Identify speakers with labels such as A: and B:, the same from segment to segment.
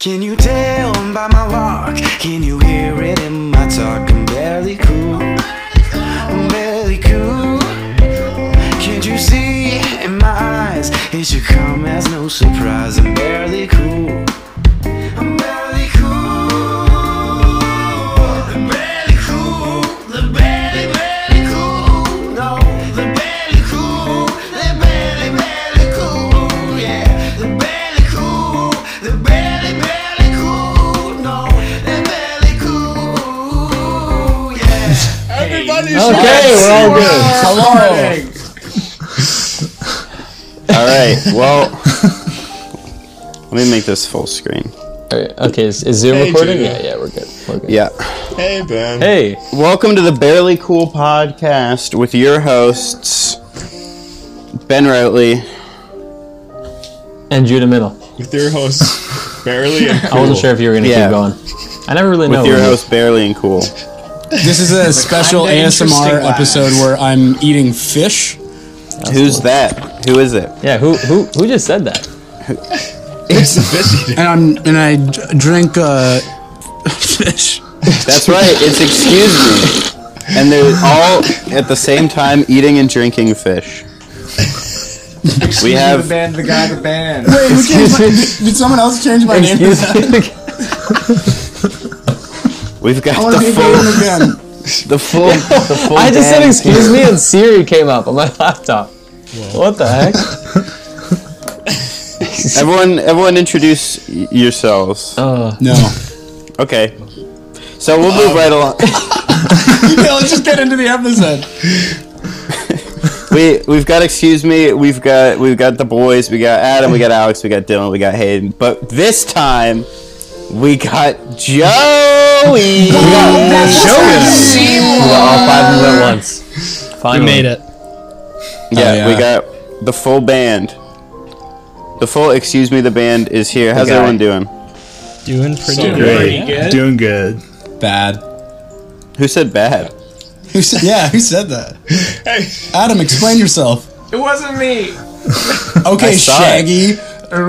A: Can you tell by my walk? Can you hear it in my talk? I'm barely cool. I'm barely cool. Can't you see it in my eyes? It should come as no surprise. I'm barely cool. I'm barely cool. I'm barely cool. They're barely, barely cool. No, they're barely cool. They're barely, barely cool. Yeah, they're barely cool. They're barely, barely cool. No, they're barely cool. Yeah.
B: Everybody
C: Okay, we're all good.
B: Hello.
D: All right. Well, let me make this full screen.
C: Alright, okay, is, is Zoom
B: Hey,
C: recording?
B: Judah.
C: Yeah, yeah, we're good. We're good.
D: Yeah.
B: Hey, Ben.
C: Hey,
D: Welcome to the Barely Cool podcast with your hosts Ben Routley.
C: and Judah Middle.
B: With your host, Barely and
C: I wasn't sure if you were gonna
D: Yeah.
C: keep going. I never really know.
D: With your
C: when-
D: host Barely and Cool.
E: This is a special
B: kinda
E: ASMR
B: interesting laugh.
E: episode where I'm eating fish.
D: Who's that? Who is it?
C: Yeah, who who who just said that?
B: It's the busy day.
E: And I'm and I d- drink uh, fish.
D: That's right. It's excuse me. And they're all at the same time eating and drinking fish. We have
F: band, the guy, the band.
E: Wait, who changed my, did, did someone else change my name?
C: Excuse me.
D: we've
E: I
D: got
E: want
D: the
E: to be
D: full
E: known again.
D: the full the full
C: I just said
D: band.
C: excuse me and Siri came up on my laptop. What the heck?
D: Everyone everyone introduce y- yourselves.
C: Uh,
E: No.
D: Okay. So we'll
C: Oh.
D: move right along.
E: Okay, let's just get into the episode.
D: We we've got excuse me. We've got we've got the boys. We got Adam. We got Alex. We got Dylan. We got Hayden. But this time we got Joey.
E: Oh,
C: we're all five of them at once. Finally.
G: made it.
D: yeah,
E: yeah.
D: we got the full band. The full excuse me. The band is here. How's
C: guy.
D: everyone doing?
G: Doing pretty
B: Pretty
G: great.
B: good.
G: Doing good.
E: Bad.
D: Who said bad?
E: Who said? Yeah, who said that?
B: Hey,
E: Adam, explain yourself.
F: It wasn't me.
E: Okay,
D: I saw it.
E: Shaggy.
F: I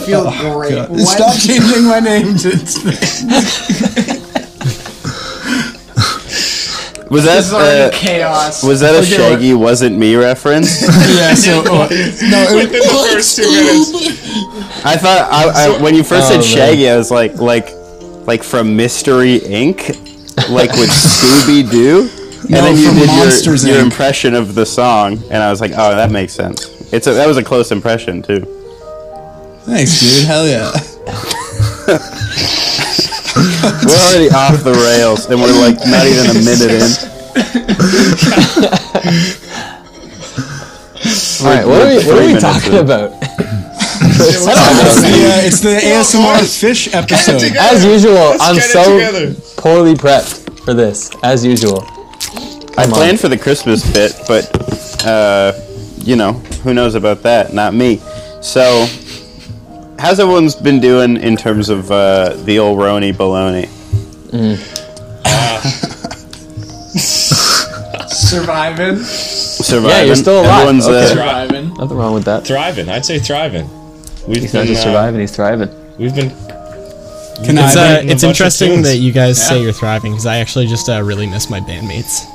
F: feel great.
E: Oh, God.
F: What?
E: Stop changing my name to.
D: Was that
F: This is already
D: uh,
F: chaos.
D: was that a
F: Okay,
D: Shaggy wasn't me reference?
E: yeah, so uh, no, it,
B: within the first two minutes.
D: I thought I, I, when you first
C: Oh,
D: said Shaggy, I was like like like from Mystery Inc. Like with Scooby Doo.
E: No,
D: and then you
E: from
D: did
E: Monsters,
D: your, your
E: Inc.
D: impression of the song, and I was like, "Oh, that makes sense." It's a, that was a close impression too.
E: Thanks, dude. Hell yeah.
D: We're already off the rails, and we're like not even a minute in.
C: All right, what are we, what
D: Three
C: are we
D: minutes
C: talking
D: in.
C: about?
E: It's the, uh, it's the ASMR fish episode.
B: Together.
C: As usual,
B: Let's
C: I'm
B: get it
C: so
B: together.
C: poorly prepped for this. As usual.
D: I
C: Come on.
D: planned for the Christmas bit, but uh, you know who knows about that? Not me. So, how's everyone's been doing in terms of uh, the old Rony baloney?
F: Surviving.
D: Surviving.
C: still alive.
D: Everyone's, uh,
C: Okay.
F: Surviving.
C: Nothing wrong with that.
B: Thriving. I'd say thriving. We've
C: He's not
B: been
C: just
B: uh,
C: surviving, he's thriving.
B: we've been
E: Can
G: It's,
E: I?
G: uh,
B: writing a bunch
G: it's
B: of
G: interesting
B: tunes.
G: that you guys say you're thriving because I actually just uh, really miss my bandmates.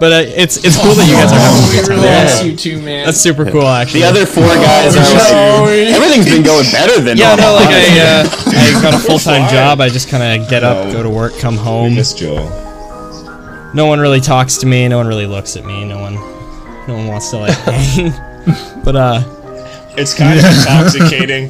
G: But uh, it's it's cool that you guys are having.
F: We really
C: Yeah.
F: miss you two, man.
G: That's super cool, actually.
D: The other four guys are like, everything's been going better than
G: yeah, no,
D: normal.
G: like I uh, I got a full time
B: fine.
G: job. I just kind of get up,
B: No.
G: go to work, come home.
B: Miss Joel.
G: No one really talks to me. No one really looks at me. No one, no one wants to like hang. But uh,
B: It's kind of intoxicating.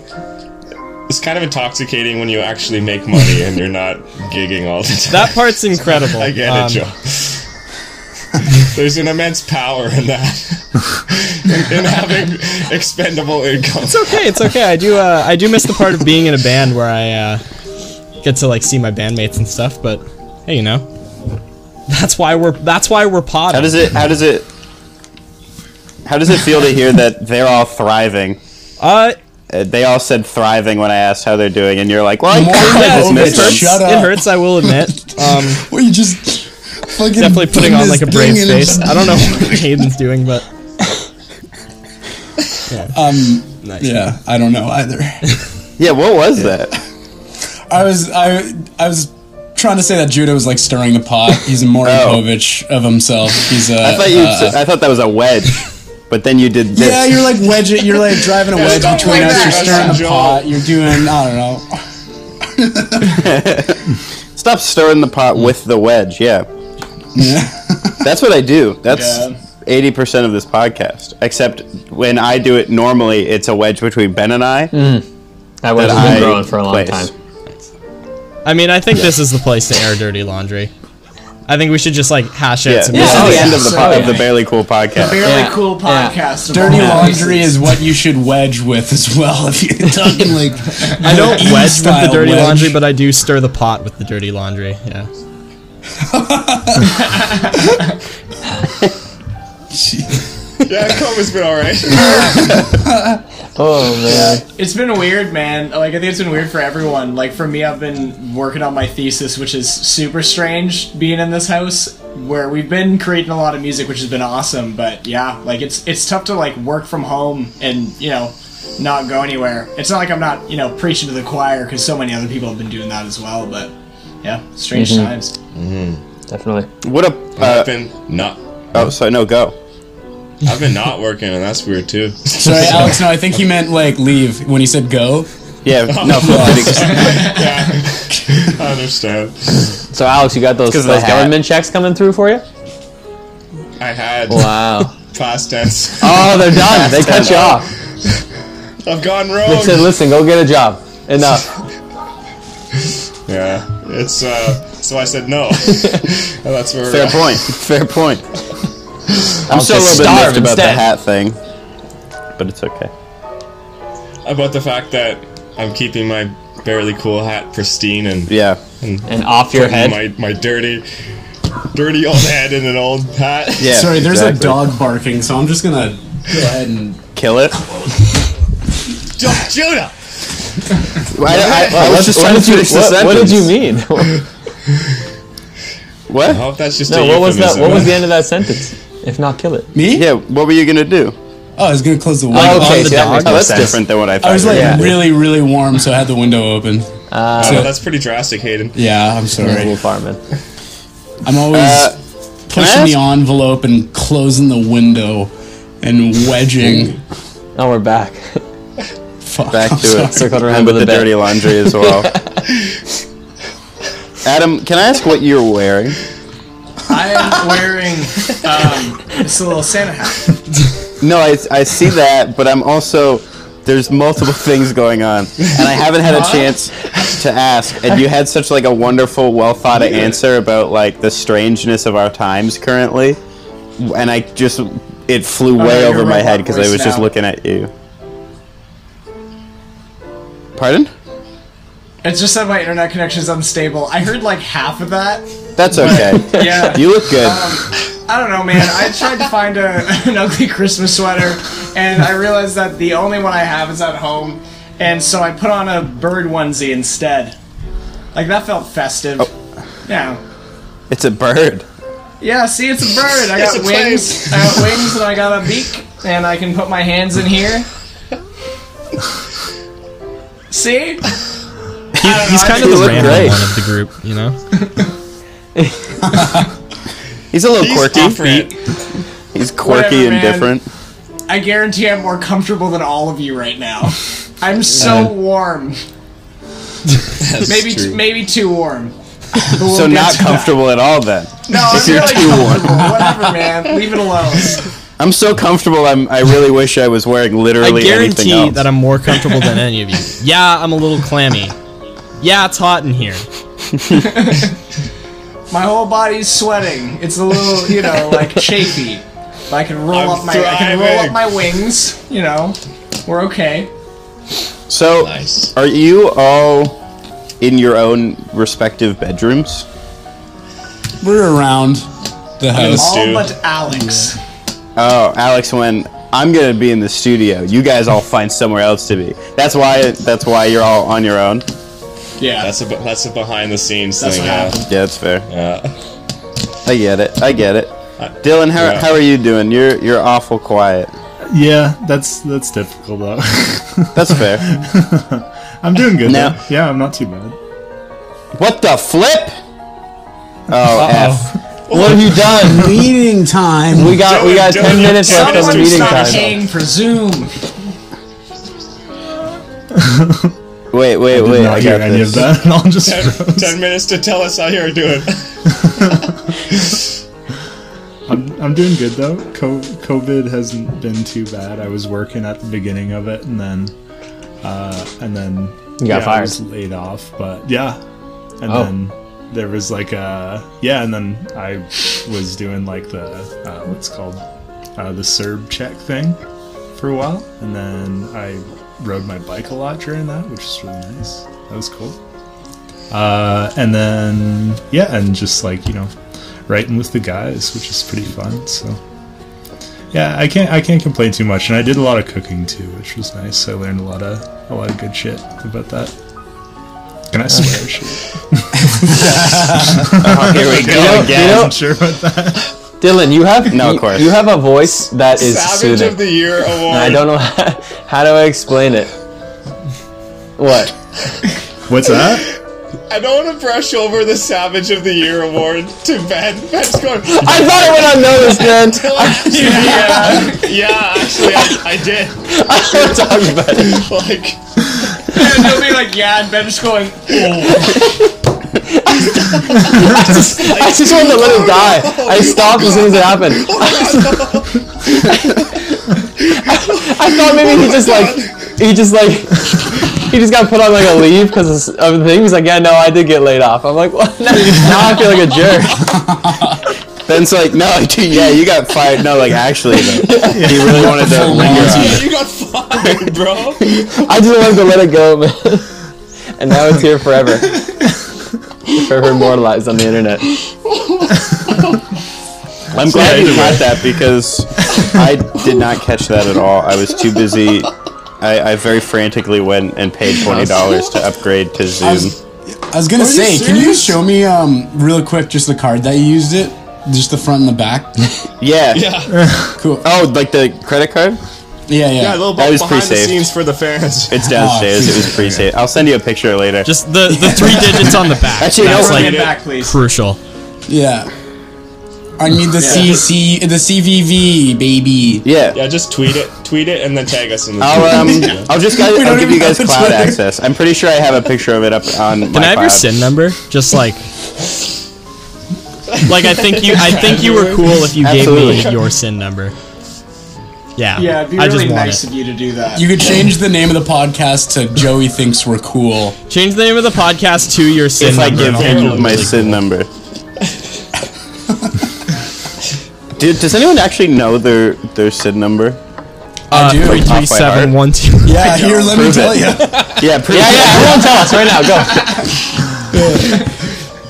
B: It's kind of intoxicating when you actually make money and you're not gigging all the time.
G: that part's incredible.
B: I get
G: Um,
B: it, Joe. There's an immense power in that. in having expendable income.
G: It's okay. It's okay. I do. Uh, I do miss the part of being in a band where I uh, get to like see my bandmates and stuff. But hey, you know, that's why we're that's why we're potting.
D: how does it? How does it? How does it feel to hear that they're all thriving?
G: Uh,
D: Uh, they all said thriving when I asked how they're doing, and you're like, "Well, I
E: More
D: kind
E: than
D: of
G: it
E: Miss
D: dismissed them."
E: over.
G: hurts.
E: Shut
G: It
E: up.
G: hurts. I will admit. Um,
E: Well, you just fucking
G: definitely putting
E: put
G: on
E: this
G: like a
E: thing
G: brave
E: in
G: face.
E: and-
G: I don't know what Hayden's doing, but
E: Um,
G: Nice.
E: Yeah, I don't know either.
D: Yeah, what was that?
E: I was I I was trying to say that Judah was like stirring the pot. He's a Moripovich of himself. He's a.
D: I thought you.
E: uh,
D: I thought that was a wedge, but then you did this.
E: yeah, you're like wedge it. You're like driving a wedge
B: don't
E: between
B: like
E: us.
B: that.
E: You're stirring
B: That's a
E: the pot. You're doing I don't know.
D: Stop stirring the pot with the wedge. Yeah,
E: Yeah.
D: that's what I do. That's
E: Yeah.
D: eighty percent of this podcast. Except when I do it normally, it's a wedge between Ben and I.
C: That was
D: I
C: Mm-hmm. been growing for a long
D: place.
C: time.
G: I mean, I think this is the place to air dirty laundry. I think we should just like hash out
D: Yeah,
G: some.
D: this is
C: oh,
D: the
C: yeah,
D: end of the
F: so-
D: po- of the barely cool podcast.
F: Barely
C: Yeah,
F: cool
C: yeah.
F: podcast. of
E: Dirty
F: all
E: laundry
F: places.
E: is what you should wedge with as well. If you're talking like
G: I don't wedge with the
E: style
G: dirty
E: wedge.
G: laundry, but I do stir the pot with the dirty laundry. Yeah.
B: Yeah, Coma's been alright.
C: Oh man.
F: It's been weird, man. Like I think it's been weird for everyone. Like for me, I've been working on my thesis, which is super strange being in this house where we've been creating a lot of music, which has been awesome. But yeah, like it's it's tough to like work from home and you know not go anywhere. It's not like I'm not you know preaching to the choir because so many other people have been doing that as well. But yeah, strange
C: Mm-hmm.
F: times.
C: Definitely.
D: What a.
B: I've
D: Uh,
B: been not.
D: oh, sorry. No, go.
B: I've been not working, and that's weird too.
E: Sorry, Alex. No, I think he meant like leave when he said go.
D: Yeah, no. flip it again.
B: yeah, I understand.
C: So Alex, you got those,
D: 'Cause
C: those
D: of the hat.
C: government checks coming through for you?
B: I had
C: Wow.
B: past tense.
C: Oh, they're done. They cut you off.
B: I've gone
C: They said,
B: rogue.
C: "Listen, go get a job. Enough."
B: Yeah, it's uh. So I said no. And that's where
D: Fair
B: we're
D: point. Fair point. I'm
C: I'll
D: still a
C: just
D: little bit
C: starve
D: miffed about the
C: instead.
D: hat thing, but it's okay.
B: about the fact that I'm keeping my barely cool hat pristine and
D: Yeah.
C: And off your head.
B: my my dirty, dirty old head in an old hat.
D: Yeah.
E: Sorry, there's
D: exactly.
E: a dog barking, so I'm just gonna go ahead and.
D: Kill it.
B: Ju- Judah.
D: I, I- I was just trying to
C: did you,
D: finish the
C: what, what did you
D: sentence.
C: mean?
B: I
D: What?
B: hope that's just
C: no,
B: A
C: what was that?
B: euphemism.
C: What was the end of that sentence? If not, kill it.
E: Me?
D: Yeah. What were you gonna do?
E: Oh, I was gonna close the window.
C: Oh, okay,
G: the
C: so that
G: dog?
C: makes
D: Oh,
C: more
D: that's
C: sense.
D: different than what I thought.
E: I was
D: you were
E: like
D: gonna do.
E: really, really warm, so I had the window open.
B: Oh,
E: So-
B: that's pretty drastic, Hayden.
E: yeah, I'm sorry.
C: Little fireman.
E: I'm always
D: Uh, can I
E: pushing the envelope and closing the window and wedging.
C: Now we're back.
E: Fuck,
D: Back
E: I'm
D: to it.
E: sorry.
C: Circled around
D: And with
C: with
D: the
C: a bit.
D: dirty laundry as well. Adam, can I ask what you're wearing?
F: I'm wearing um, it's a little Santa hat.
D: No, I, I see that, but I'm also there's multiple things going on, and I haven't had a chance to ask. And you had such like a wonderful, well thought out answer about like the strangeness of our times currently, and I just it flew way
F: you're
D: over my
F: robot
D: head because I
F: voice
D: was just
F: now.
D: looking at you. Pardon?
F: It's just that my internet connection is unstable. I heard like half of that.
D: That's okay.
F: Yeah.
D: You look good.
F: I don't know, man. I tried to find a, an ugly Christmas sweater, and I realized that the only one I have is at home, and so I put on a bird onesie instead. Like that felt festive. Yeah.
D: It's a bird.
F: Yeah. See, it's a bird. I
B: It's
F: got
B: a
F: wings. I got wings, and I got a beak, and I can put my hands in here. See?
G: He's kind of
D: you
G: the
D: look
G: random
D: great.
G: one of the group, you know.
D: He's a little
B: He's
D: quirky.
B: different.
D: He's quirky
F: Whatever,
D: and
F: man.
D: different.
F: I guarantee I'm more comfortable than all of you right now. I'm so warm.
B: That's
F: Maybe
B: true.
F: maybe too warm. But we'll
D: So
F: get
D: not
F: to that.
D: comfortable at all then.
F: No, I'm
D: You're
F: really
D: too warm.
F: comfortable. Whatever, man. Leave it alone.
D: I'm so comfortable. I'm. I really wish I was wearing
G: I
D: literally anything
G: guarantee
D: else.
G: that I'm more comfortable than any of you. Yeah, I'm a little clammy. Yeah, it's hot in here.
F: My whole body's sweating. It's a little, you know, like chafy. But I can roll
B: I'm
F: up my I can roll
B: thriving.
F: up my wings. You know, we're okay.
D: so,
B: Nice.
D: are you all in your own respective bedrooms?
E: We're around the house.
F: All
B: Dude.
F: but Alex.
D: Oh, Alex, when I'm gonna be in the studio, you guys all find somewhere else to be. That's why. That's why you're all on your own.
F: Yeah.
B: That's a that's a behind the scenes
F: That's
B: thing.
F: what happened.
D: Yeah, that's fair.
B: yeah.
D: I get it. I get it. Dylan, how,
B: yeah.
D: how are you doing? You're you're awful quiet.
H: Yeah, that's that's difficult though.
D: That's fair.
H: I'm doing good.
D: Now-
H: though. Yeah, I'm not too bad.
D: What the flip? Oh, F.
C: What have you done?
I: Meeting time.
D: We got we
B: Dylan-
D: got ten
B: Dylan,
D: minutes
B: you're
D: left of
B: telling us
D: meeting
B: to stop
D: time.
F: King, presume.
D: Wait, wait,
H: Did
D: wait.
H: not
D: I
H: hear
D: got
H: any of
D: this.
H: that. I'll just
B: Ten, ten minutes to tell us how you're doing.
H: I'm, I'm doing good though. Co- COVID hasn't been too bad. I was working at the beginning of it, and then, uh, and then
C: You got
H: yeah, I
C: fired.
H: was laid off, but yeah, and
C: Oh.
H: then there was like a yeah, and then I was doing like the uh, what's called uh, the Serb check thing for a while, and then I rode my bike a lot during that, which is really nice. That was cool. Uh, and then yeah, and just like you know, writing with the guys, which is pretty fun. So yeah, I can't I can't complain too much, and I did a lot of cooking too, which was nice. I learned a lot of a lot of good shit about that. Can I swear? shit?
D: Oh, here we
H: Yeah,
D: go
H: I
D: again.
H: wasn't sure about that.
C: Dylan, you have
D: No, of
C: you-
D: course.
C: You, have a voice that is
B: Savage
C: soothing.
B: of the Year award.
C: I don't know how, how do I explain it. What?
H: What's that?
B: I don't want to brush over the Savage of the Year award to Ben. Ben's going.
C: I thought I would not know this, man.
B: yeah, yeah. Actually, I, I did.
C: I'm talking about it.
B: Like,
F: And they'll be like, yeah, and Ben just going, oh,
C: I just wanted to let it die. I stopped as soon as it happened. I thought maybe he just like he just like he just got put on like a leave because of the thing. He's like, yeah, no, I did get laid off. I'm like, what? Now, now I feel like a jerk.
D: Ben's like, no, dude, yeah, you got fired. No, like actually, though, he really wanted to linger on it.
B: you got fired, bro.
C: I just wanted to let it go, man. And now it's here forever. Forever immortalized on the internet.
D: I'm glad you caught that because I did not catch that at all. I was too busy. I, I very frantically went and paid twenty dollars to upgrade to Zoom.
E: I was gonna say, can you show me um real quick just the card that you used it? Just the front and the back?
D: Yeah.
E: cool.
D: Oh, like the credit card?
E: Yeah, yeah.
B: A little
D: That
B: bit
D: was
B: behind the
D: pre-saved.
B: scenes for the fans.
D: It's downstairs. it was pre-saved. I'll send you a picture later.
G: Just the, the three digits on the back.
D: Actually,
G: That's
D: no,
F: bring
G: like
F: it back, please.
G: crucial.
E: yeah. I need the CC, the CVV, baby.
D: yeah.
B: Yeah, just tweet it, tweet it, and then tag us in the.
D: I'll, um,
B: tweet.
D: I'll just guys,
E: We don't
D: I'll give
E: even
D: you guys
E: have a
D: cloud
E: Twitter.
D: access. I'm pretty sure I have a picture of it up on my
G: Can I have your
D: cloud.
G: sin number? Just like, like I think you, I think you were cool if you gave
D: Absolutely.
G: me your sin number. Yeah,
F: Yeah, it'd be
G: I
F: really
G: just want
F: nice
G: it.
F: of you to do that.
E: You could change the name of the podcast to Joey Thinks We're Cool.
G: Change the name of the podcast to your sin
D: If I
G: number.
D: give
B: Really
D: him my
B: cool.
D: sin number. Dude, does anyone actually know their their sin number?
G: uh,
E: do.
G: three three seven one two.
E: Yeah, here, let me
D: Prove
E: tell
D: it.
E: you.
D: Yeah, pretty
C: Yeah, yeah, everyone tell us right now. Go.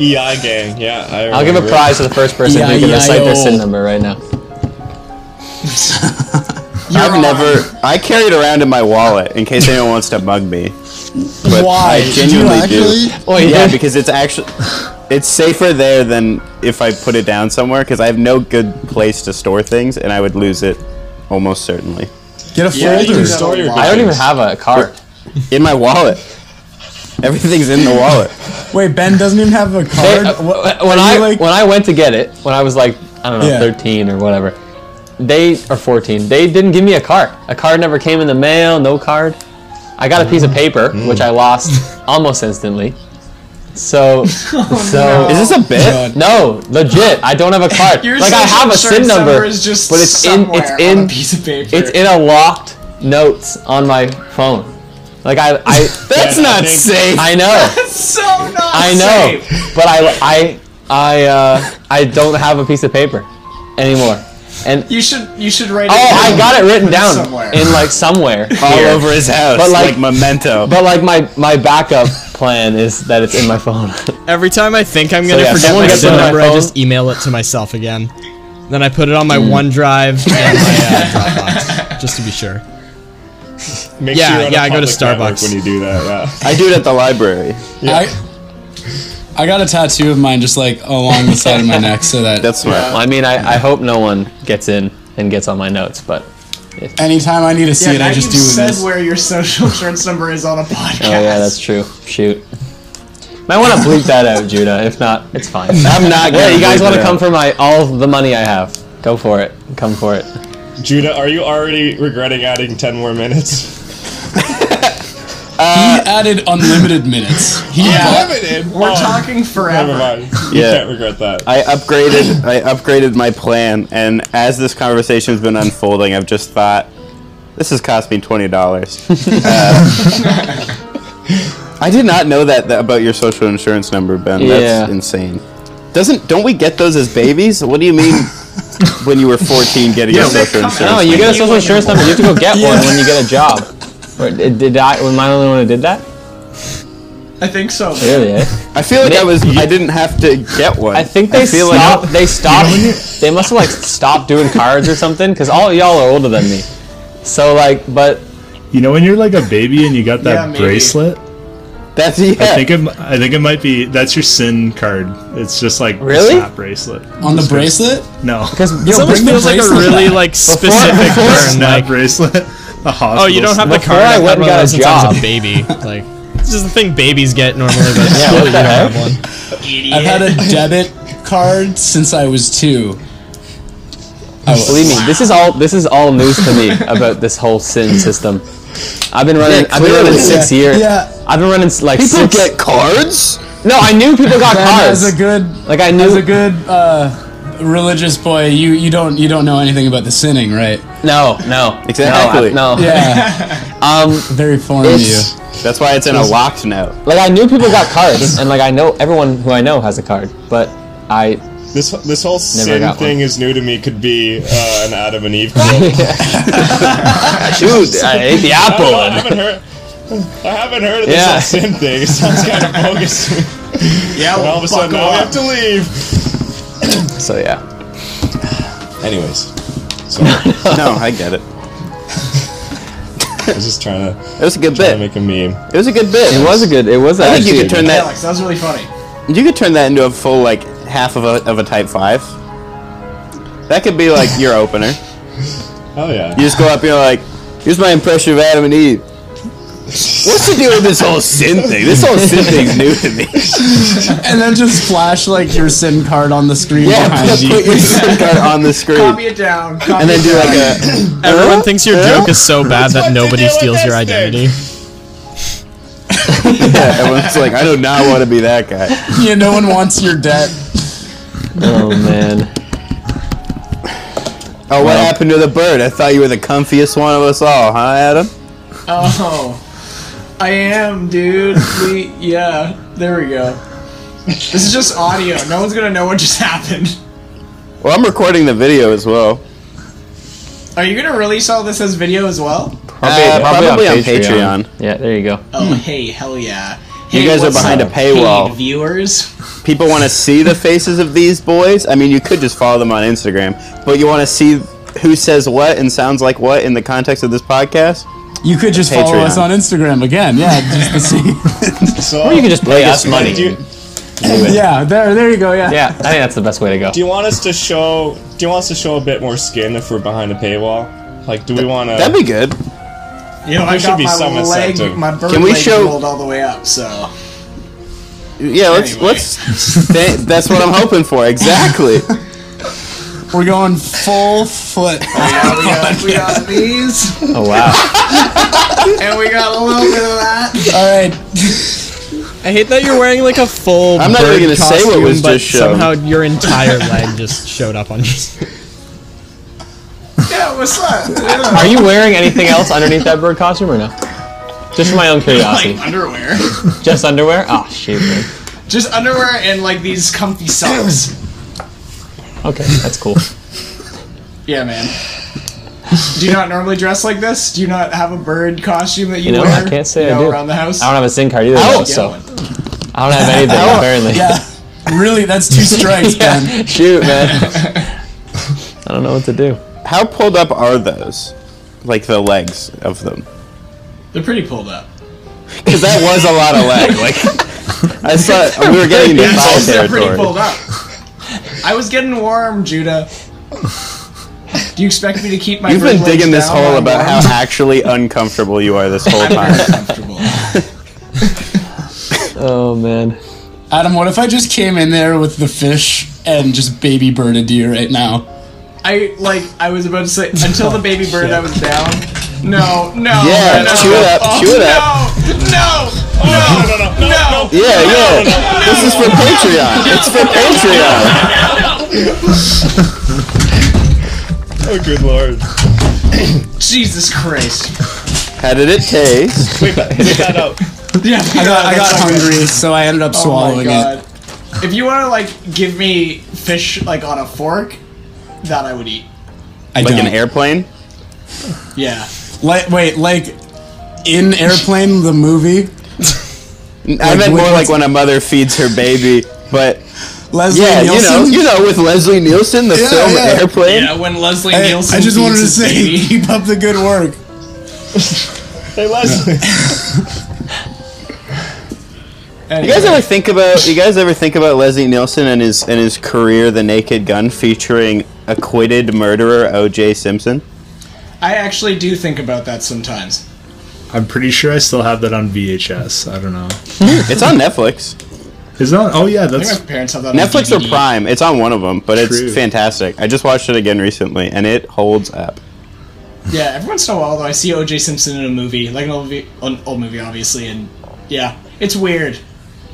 B: EI gang. Yeah, E I
C: um, I'll give a
B: remember.
C: prize to the first person
E: Yeah,
C: who can
E: yeah,
C: recite their
E: yo.
C: sin number right now.
D: I've never. I carry it around in my wallet in case anyone wants to mug me. But I
E: Why? Do you
D: genuinely Oh, do.
E: actually?
C: Wait,
D: yeah,
C: yeah,
D: because it's actually it's safer there than if I put it down somewhere because I have no good place to store things and I would lose it almost certainly
E: Get a
F: Yeah,
E: folder.
F: you do that a
B: Store your
F: lot.
C: I don't even have a card.
D: in my wallet. Everything's in the wallet.
E: Wait, Ben doesn't even have a
C: They-
E: card?
C: uh,
E: What-
C: when
E: are
C: I
E: you like-
C: when I went to get it, when I was like I don't know
E: Yeah.
C: 13 or whatever, they or 14, they didn't give me a card. A card never came in the mail. No card. I got a piece of paper which I lost almost instantly. So so
D: Is this a bit?
E: God.
C: no legit. I don't have a card.
F: Your
C: like I
F: social
C: have a SIN
F: insurance
C: number.
F: is just
C: but it's in- it's
F: somewhere
C: in-
F: on a piece of paper.
C: It's in a locked notes on my phone. Like I I
D: That's
B: Yeah, I
D: not
B: think-
D: safe.
C: I know.
F: so not
C: I know, but I, I, I, uh, I don't have a piece of paper anymore. And
F: You should you should write.
C: oh, I got it written
F: Put it
C: down
F: somewhere.
C: in like somewhere
D: all
C: here.
D: over his house,
C: But, like-
D: like, memento.
C: But like my my backup plan is that it's in my phone.
G: Every time I think I'm gonna
C: yeah,
G: forget
C: someone
G: my
C: gets
G: sin
C: on my
G: number, I
C: phone. Mm.
G: just email it to myself again. Then I put it on my OneDrive and my uh, Dropbox just to be sure.
B: Make
G: Yeah,
B: you're on a
G: yeah, I go to
B: public network
G: Starbucks.
B: when you do that.
D: I do it at the library.
E: I, I got a tattoo of mine just like along the side of my neck so that
D: That's smart.
C: I mean, I, I hope no one gets in and gets on my notes, but
E: Anytime I need to see it,
F: now
E: I just
F: you've
E: do
F: said
E: this.
F: where your social insurance number is on a podcast.
C: Oh yeah, that's true. Shoot. Might want to bleep that out, Judah. If not, it's fine. I'm not. Yeah,
D: gonna
C: you guys
D: bleep
C: want to
D: it
C: come
D: out.
C: for my all the money I have? Go for it. Come for it.
B: Judah, are you already regretting adding 10 more minutes?
E: he added unlimited minutes. He
B: Limited!
F: We're talking forever.
B: Never mind. You
D: Yeah.
B: can't regret that.
D: I upgraded. I upgraded my plan, and as this conversation has been unfolding, I've just thought, this has cost me twenty dollars. Uh, I did not know that, that about your social insurance number, Ben.
C: Yeah.
D: That's insane. Doesn't don't we get those as babies? What do you mean when you were fourteen getting your social insurance?
C: No, you get a social insurance number. You have to go get one when you get a job. Or did did I? Am I the only one who did that?
F: I think so.
C: Really? eh?
D: I feel like I was. I didn't have to get one.
C: I think they
D: feel like-
C: stopped. they stopped. they must have like stopped doing cards or something. Because all y'all are older than me. So like, but
H: You know when you're like a baby and you got
F: Yeah,
H: that
F: maybe.
H: bracelet?
D: That's yeah.
H: I think it, m- I think it might be that's your sin card. It's just like a
C: Really?
H: snap bracelet.
E: on the
H: Just goes-
E: bracelet.
H: No,
C: because
G: This almost
E: bring the
G: feels like a
E: bracelet
G: really
E: back.
G: like specific burn.
H: snap
G: Like,
H: bracelet. A hospital.
G: oh, you don't have the
C: Before
G: card.
C: I
G: I've
C: went
G: had
C: and
G: one of those
C: got a
G: since I was
C: job.
G: a baby. Like, this is the thing babies get normally. But
C: yeah, what the heck?
E: I've had a debit card since I was two. I was-
C: Believe me, this is all this is all news to me about this whole sin system. I've been running. I've been running
D: clearly.
C: six
E: Yeah,
C: years.
E: yeah.
C: I've been running s- like
D: people
C: six.
D: get cards.
C: no, I knew people got
E: Ben,
C: cards.
E: As a good,
C: like I
E: as
C: knew.
E: a good uh, religious boy, you you don't you don't know anything about the sinning, right?
C: no, no,
D: Exactly.
C: No, I- no.
E: Yeah,
C: Um,
E: very foreign to you.
C: it's
D: That's why it's in a locked note.
C: like I knew people got cards, and like I know everyone who I know has a card, but I
B: This this whole sin
C: got one.
B: thing is new to me. Could be uh, an Adam and Eve quote.
C: dude, I ate the
B: I, don't know, I
C: apple.
B: haven't heard. I haven't heard of this
C: Yeah.
B: whole sin thing. It sounds kind of bogus.
F: yeah,
B: All of a sudden, now we have to leave.
C: So yeah,
B: Anyways, so I
D: No, I get it.
B: was just trying to,
D: It was a good
B: trying to make
D: bit.
B: a meme.
D: It was a good bit.
C: it was a good. It was.
D: I think
C: actually
D: you
C: a
D: could turn
C: good-
D: that.
F: Alex, that was really funny.
D: You could turn that into a full like half of a of a type five. That could be like your opener.
B: Oh yeah.
D: You just go up and you're like, here's my impression of Adam and Eve. What's the deal with this whole sin thing? This whole sin thing's new to me.
E: And then just flash like your sin card on the screen
D: Yeah,
E: behind
D: put, put
E: you.
D: your SIM card on the
F: Copy
D: screen
F: it down. Copy
D: and then
F: it
D: do
F: down.
D: like a.
G: Everyone thinks your
D: Huh?
G: joke is so bad that
B: what they
G: nobody
B: do with
G: steals your
B: this thing.
G: identity.
D: Yeah, everyone's like, I do not want to be that guy.
E: yeah, no one wants your debt.
C: Oh man,
D: Oh, what happened to the bird? I thought you were the comfiest one of us all, huh, Adam?
F: Oh, I am, dude. We, yeah, there we go. This is just audio. No one's gonna know what just happened.
D: Well, I'm recording the video as well.
F: Are you gonna release all this as video as well?
D: Probably,
C: Yeah,
D: Uh, probably on Patreon.
C: Yeah, there you go.
F: Oh, hey, hell yeah.
D: You
F: Hey,
D: guys are
F: what's
D: behind
F: up,
D: a paywall.
F: paid viewers.
D: people want to see the faces of these boys. I mean, you could just follow them on Instagram, but you want to see who says what and sounds like what in the context of this podcast.
E: You could just follow
D: Patreon.
E: us on Instagram again. Yeah, just to see.
B: So
C: Or you could just pay us money.
B: Do you,
E: yeah, there, there you go. Yeah.
C: Yeah, I think that's the best way to go.
B: do you want us to show? Do you want us to show a bit more skin if we're behind a paywall? Like, do we want to?
D: That'd be good.
F: You know, I
B: should
F: got
B: be
F: my
B: some
F: leg,
B: incentive.
F: my bird
D: Can we
F: leg
D: show-
F: rolled all the way up, so.
D: Yeah, let's
F: Anyway.
D: let's. Th- that's what I'm hoping for. Exactly.
E: We're going full foot.
F: Yeah, we got, we got these,
C: Oh wow.
F: and we got a little bit of that.
E: All right.
G: I hate that you're wearing like a full.
D: I'm not
G: bird
D: even gonna say what
G: costume,
D: was
G: but
D: just shown.
G: somehow your entire leg just showed up on you.
F: Yeah, what's up? Yeah.
C: Are you wearing anything else underneath that bird costume or no? Just for my own curiosity.
F: Like underwear.
C: Just underwear? Oh shoot. man.
F: Just underwear and like these comfy socks.
C: Okay, that's cool.
F: Yeah, man. Do you not normally dress like this? Do you not have a bird costume that you,
C: You know,
F: wear?
C: I can't say
F: you
C: I
F: know,
C: do.
F: around the house.
C: I don't have a SIM card either, though,
F: Get
C: so
F: one.
C: I don't have anything apparently.
E: Yeah. Really, that's two strikes, Ben.
C: Shoot, man. I don't know what to do.
D: How pulled up are those? Like the legs of them?
F: They're pretty pulled up.
D: Because that was a lot of leg. Like I saw we were getting into foul
F: They're pretty
D: territory.
F: pulled up. I was getting warm, Judah. Do Do you expect me to keep my?
D: You've been
F: privilege
D: digging this
F: down
D: hole
F: by
D: about
F: one?
D: how actually uncomfortable you are this whole time.
E: comfortable.
C: Oh man.
E: Adam, what if I just came in there with the fish and just baby bird a deer right now?
F: I like. I was about to say until the baby bird I was down. No, no.
D: Yeah,
F: no,
D: chew it up,
F: oh,
D: chew it up.
F: No, oh, no, no, no, no, no.
D: Yeah, yo, this is for Patreon. It's for Patreon.
H: Oh, good lord.
F: Jesus Christ.
D: How did it taste?
B: Wait, but wait that out.
F: Yeah,
E: I got, I got Oh hungry, so I ended up swallowing it.
F: Oh If you want to like give me fish like on a fork, that I would eat.
E: I
D: Like
E: don't.
D: an airplane?
F: Yeah.
E: Like, wait, like in airplane the movie,
D: I meant more
E: when-
D: like when a mother feeds her baby. But
E: Leslie
D: yeah, you know,
E: Nielsen.
D: you know, with Leslie Nielsen, the
E: Yeah,
D: film
E: yeah.
D: Airplane.
F: Yeah, when Leslie
E: Hey,
F: Nielsen.
E: I just wanted
F: feeds
E: to
F: his
E: say,
F: baby.
E: keep up the good work.
B: Hey, Leslie.
D: You guys ever think about you guys ever think about Leslie Nielsen and his and his career, The Naked Gun, featuring acquitted murderer O.J. Simpson?
F: I actually do think about that sometimes.
H: I'm pretty sure I still have that on VHS. I don't know.
D: It's on Netflix.
H: Is that? Oh yeah,
F: I think
H: that's
F: my parents have that.
D: Netflix
F: on DVD.
D: or Prime. It's on one of them, but it's
H: True.
D: fantastic. I just watched it again recently, and it holds up.
F: Yeah, every once in a while though, I see O.J. Simpson in a movie, like an old, vi- an old movie, obviously, and yeah, it's weird.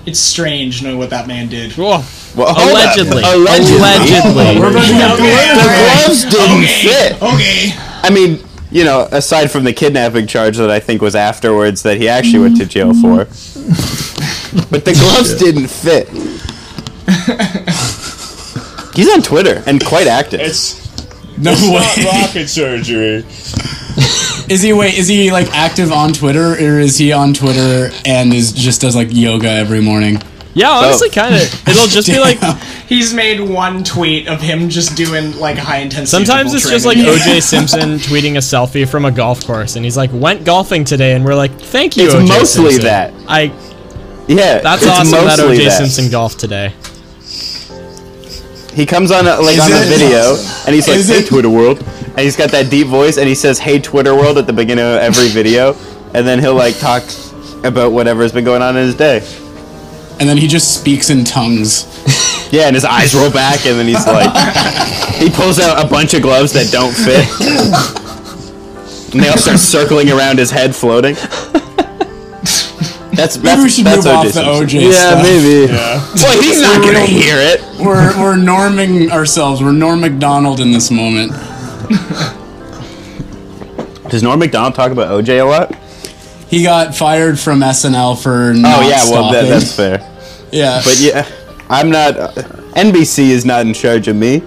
F: It's strange knowing what that man did.
G: Whoa.
D: Well, hold up.
G: Allegedly.
D: allegedly,
G: Allegedly.
D: the gloves didn't fit.
F: Okay.
D: I mean, you know, aside from the kidnapping charge that I think was afterwards that he actually went to jail for, but the gloves didn't fit. He's on Twitter and quite active.
B: It's
E: No
B: not
E: way.
B: rocket surgery.
E: Is he wait? Is he like active on Twitter, or is he on Twitter and is just does like yoga every morning?
G: Yeah,
C: Oh.
G: honestly, kind of. It'll just be like
F: He's made one tweet of him just doing like high intensity.
G: sometimes it's just like
F: interval training.
G: OJ Simpson tweeting a selfie from a golf course, and he's like, "Went golfing today," and we're like, "Thank you."
D: It's
G: OJ
D: mostly
G: Simpson."
D: that.
G: I.
D: yeah,
G: That's
D: it's
G: awesome that
D: mostly
G: OJ Simpson golfed today.
D: He comes on a, like
E: Is
D: on a
E: it-
D: video and he's like,
E: Is
D: "Hey
E: it-
D: Twitter world," and he's got that deep voice and he says, "Hey Twitter world" at the beginning of every video, and then he'll like talk about whatever's been going on in his day.
E: And then he just speaks in tongues.
D: Yeah, and his eyes roll back, and then he's like, he pulls out a bunch of gloves that don't fit, and they all start circling around his head, floating. That's that's
E: Maybe we should
D: that's
E: move off
D: OJ
E: the
D: Simpson.
E: OJ
D: Yeah,
E: stuff.
D: maybe.
B: Yeah.
D: Well, he's not gonna hear it.
E: We're we're norming ourselves. We're Norm Macdonald in this moment.
D: Does Norm Macdonald talk about OJ a lot?
E: He got fired from SNL for
D: Oh
E: not
D: yeah, well that,
E: stopping.
D: that's fair.
E: yeah.
D: But yeah, I'm not. uh, NBC is not in charge of me.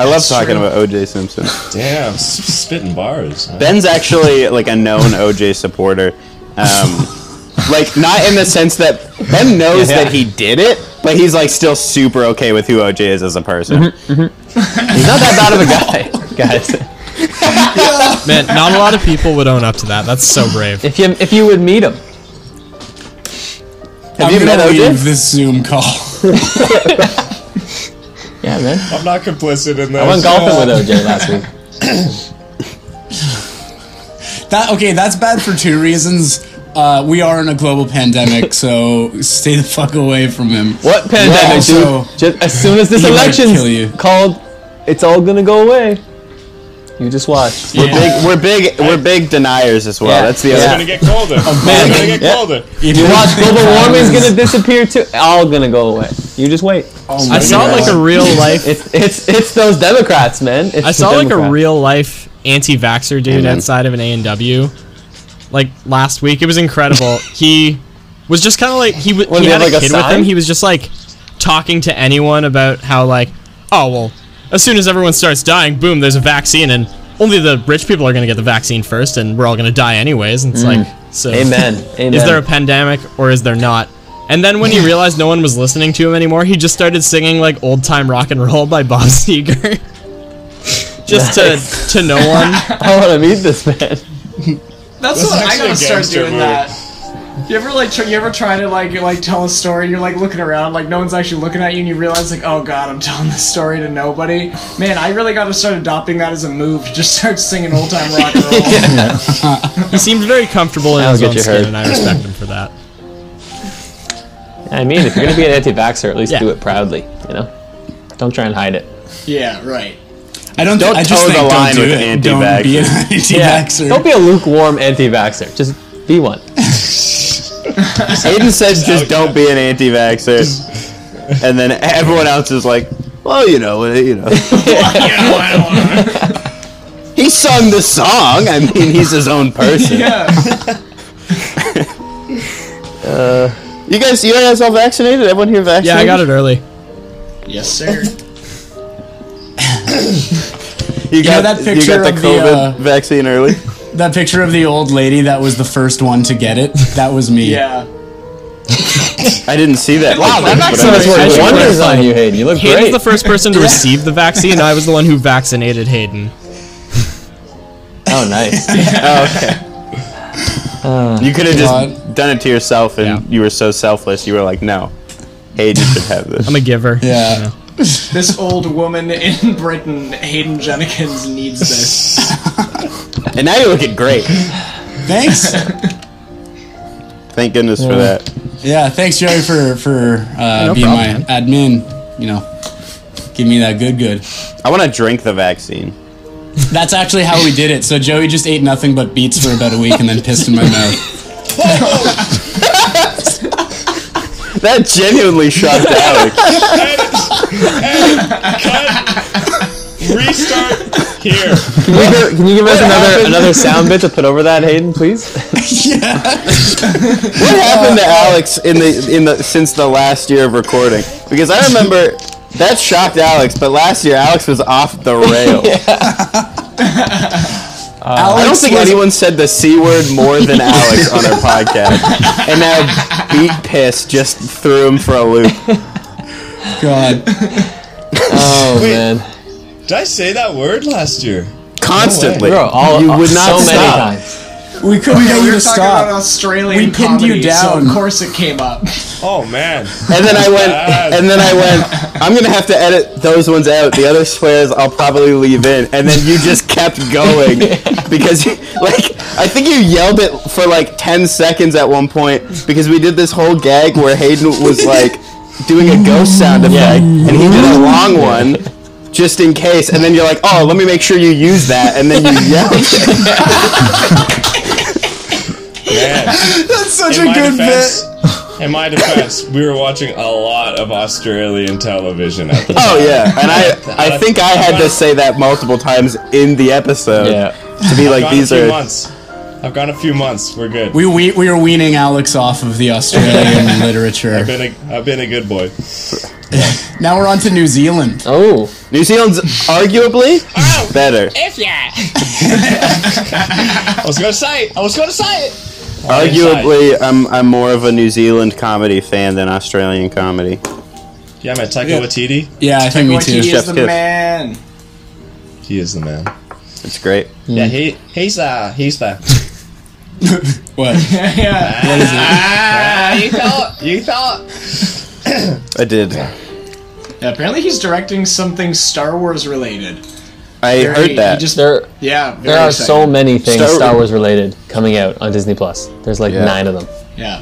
D: I love talking about OJ Simpson.
B: Damn, s- spitting bars. man.
D: Ben's actually like a known OJ supporter. Um, like not in the sense that Ben knows that he did it, but he's like still super okay with who OJ is as a person.
G: Mm-hmm,
D: he's not that bad of a guy, guys.
G: Man, not a lot of people would own up to that. That's so brave.
C: If you if you would meet him,
D: Have
E: I'm
D: you met
E: gonna leave
D: OJ?
E: this Zoom call.
C: yeah, man.
B: I'm not complicit in this.
C: I went golfing with OJ last week.
E: That okay? That's bad for two reasons. Uh, we are in a global pandemic, so stay the fuck away from him.
C: What pandemic,
E: Yeah, so-
C: dude? Just, as soon as this
E: He might
C: election's
E: kill you.
C: called, it's all gonna go away. You just watch.
D: We're big, we're big, we're big deniers as well.
C: Yeah.
D: That's the
C: Yeah.
D: other.
B: It's gonna get colder. It's gonna get
C: Yeah.
B: colder.
E: If
C: You
E: you
C: watch
E: think
C: global
E: that
C: warming's
E: is-
C: gonna disappear too. All gonna go away. You just wait.
G: I saw like a real life.
C: It's it's it's those Democrats, man. It's
G: I
C: the Mm-hmm.
G: saw like a
C: Democrats.
G: real life anti-vaxxer dude
D: Amen.
G: outside of an A and W, like last week. It was incredible. he was just kind of like he w-
C: What,
G: he
C: they
G: had
C: have,
G: a
C: like, a
G: kid with him.
C: sign?
G: He was just like talking to anyone about how like, oh well, as soon as everyone starts dying, boom, there's a vaccine, and only the rich people are gonna get the vaccine first, and we're all gonna die anyways. And it's like, so
C: Mm. Amen. Amen.
G: Is there a pandemic or is there not? And then when he realized no one was listening to him anymore, he just started singing like old time rock and roll by Bob Seger. just to to no one.
C: I want to meet this man.
F: That's,
B: That's
F: what I
B: actually
F: gotta
B: a
F: start
B: gangster
F: doing
B: move.
F: that. You ever like try, you ever try to like you like tell a story and you're like looking around like no one's actually looking at you and you realize like oh god I'm telling this story to nobody. Man, I really got to start adopting that as a move to just start singing old time rock and roll.
G: He seemed very comfortable in
C: That'll
G: his
C: get
G: own
C: you
G: skin,
C: hurt.
G: and I respect him for that.
C: I mean, if you're gonna be an anti-vaxxer, at least
G: Yeah.
C: do it proudly. You know, don't try and hide it.
F: Yeah, right.
E: I don't.
D: Don't
E: I just
D: toe
E: think
D: the
E: don't
D: line
E: do
D: with
E: it. Don't be an anti-vaxxer.
C: Don't be a lukewarm anti-vaxxer. Just be one.
D: Aiden says just don't be an anti-vaxxer, and then everyone else is like, well, you know, uh, you know. he sung the song. I mean, he's his own person.
F: Yeah.
D: You guys, you guys all vaccinated? Everyone here vaccinated?
G: Yeah, I got it early.
F: yes, sir.
D: You got
E: know that
D: you got
E: picture
D: the
E: of the,
D: COVID
E: uh,
D: vaccine early.
E: That picture of the old lady that was the first one to get it. That was me.
F: Yeah.
D: I didn't see that. Wow,
C: That
G: sorry. I should
C: wonders
G: clarify.
C: on you, Hayden. You look
G: Hayden's
C: great.
G: the first person to receive the vaccine, and I was the one who vaccinated Hayden.
C: oh, nice.
D: Oh, You could have just
E: God.
D: done it to yourself, and you were so selfless. You were like, no, Hayden should have this.
G: I'm a giver.
E: Yeah.
F: This old woman in Britain, Hayden Jennings, needs this.
D: and now you're looking great.
E: Thanks.
D: Thank goodness for that.
E: yeah. Thanks, Jerry, for for uh,
G: no
E: being
G: problem,
E: my admin. You know, give me that good good.
D: I want to drink the vaccine.
E: That's actually how we did it. So Joey just ate nothing but beets for about a week and then pissed in my mouth.
D: That genuinely shocked Alex.
B: Restart here.
C: Can you- Can you give us another another sound bit to put over that, Hayden, please?
D: What happened to Alex in the in the since the last year of recording? Because I remember that shocked Alex, but last year Alex was off the rail.
C: Uh,
D: I don't
E: Alex
D: think
E: was-
D: anyone said the c word more than Alex on our podcast, and now beat piss just threw him for a loop.
E: God.
C: Oh man,
B: Did I say that word last year?
D: Constantly,
C: bro, all
D: you would not
C: so
D: stop.
C: many times.
E: We couldn't
F: Yeah,
E: get
F: we
E: you
F: were
E: to
F: talking about
E: stop.
F: Australian
E: We pinned you
F: comedy, so
E: down.
F: of course it came up.
B: Oh man.
D: And then I went, and then I went. I'm gonna have to edit those ones out. The other swears I'll probably leave in. And then you just kept going because, you, like, I think you yelled it for like 10 seconds at one point because we did this whole gag where Hayden was like doing a ghost sound effect, and he did a long one just in case. And then you're like, oh, let me make sure you use that. And then you yelled it.
B: Man.
E: That's such
B: in my defense, in my defense, we were watching a lot of Australian television at the time.
D: Oh yeah, and I I think I had to say that multiple times in the episode
C: Yeah,
D: to be
B: I've
D: like
B: gone
D: these
B: a few
D: are.
B: months. I've gone a few months. We're good.
E: We, we, we were weaning Alex off of the Australian literature.
B: I've been a, I've been a good boy.
E: Now we're on to New Zealand.
C: Oh,
D: New Zealand's arguably better.
B: I was gonna say it. I was gonna say it.
D: Arguably, I'm I'm more of a New Zealand comedy fan than Australian comedy.
B: Yeah, man. Taika
E: Yeah.
B: Waititi.
E: Yeah, I think me
F: Waititi
E: too.
D: Chef's
F: is the
D: kiss.
F: man.
B: He is the man.
D: It's great.
B: Yeah, he he's uh he's the.
E: What?
F: Yeah.
B: you thought you thought.
D: I did.
F: Yeah, apparently he's directing something Star Wars related.
D: I
F: Very-
D: heard that.
F: He just,
C: there
F: yeah, very
C: there are
F: exciting.
C: so many things
D: Star-
C: Star Wars related coming out on Disney Plus. There's like
D: Yeah.
C: nine of them.
F: Yeah.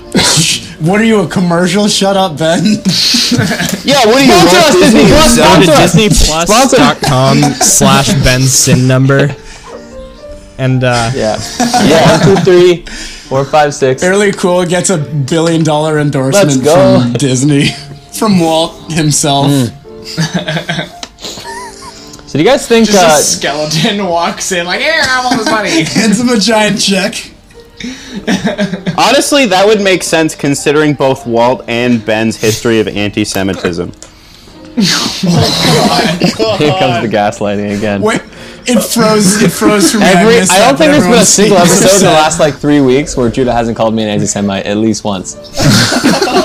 E: What are you, a commercial? Shut up, Ben.
D: yeah, what do you want?
C: us, Disney Plus,
D: son?
C: sponsor
G: Go to
C: us.
G: DisneyPlus.com slash Ben Sin number. And uh,
C: Yeah, yeah. One, two, three, four, five, six.
E: Fairly Cool gets a billion dollar endorsement
C: Let's go.
E: from Disney, from Walt himself.
C: So do you guys think?
F: Just
C: Uh,
F: a skeleton walks in like, here, I want this money.
E: Hands him a giant check.
D: Honestly, that would make sense considering both Walt and Ben's history of anti-Semitism.
C: here comes the gaslighting again.
E: Wait, it froze. It froze from
C: Every,
E: missed
C: I
E: that,
C: don't think
E: but
C: there's been a
E: everyone's
C: single
E: super
C: episode in the
E: sad.
C: last like three weeks where Judah hasn't called me an anti-Semite at least once.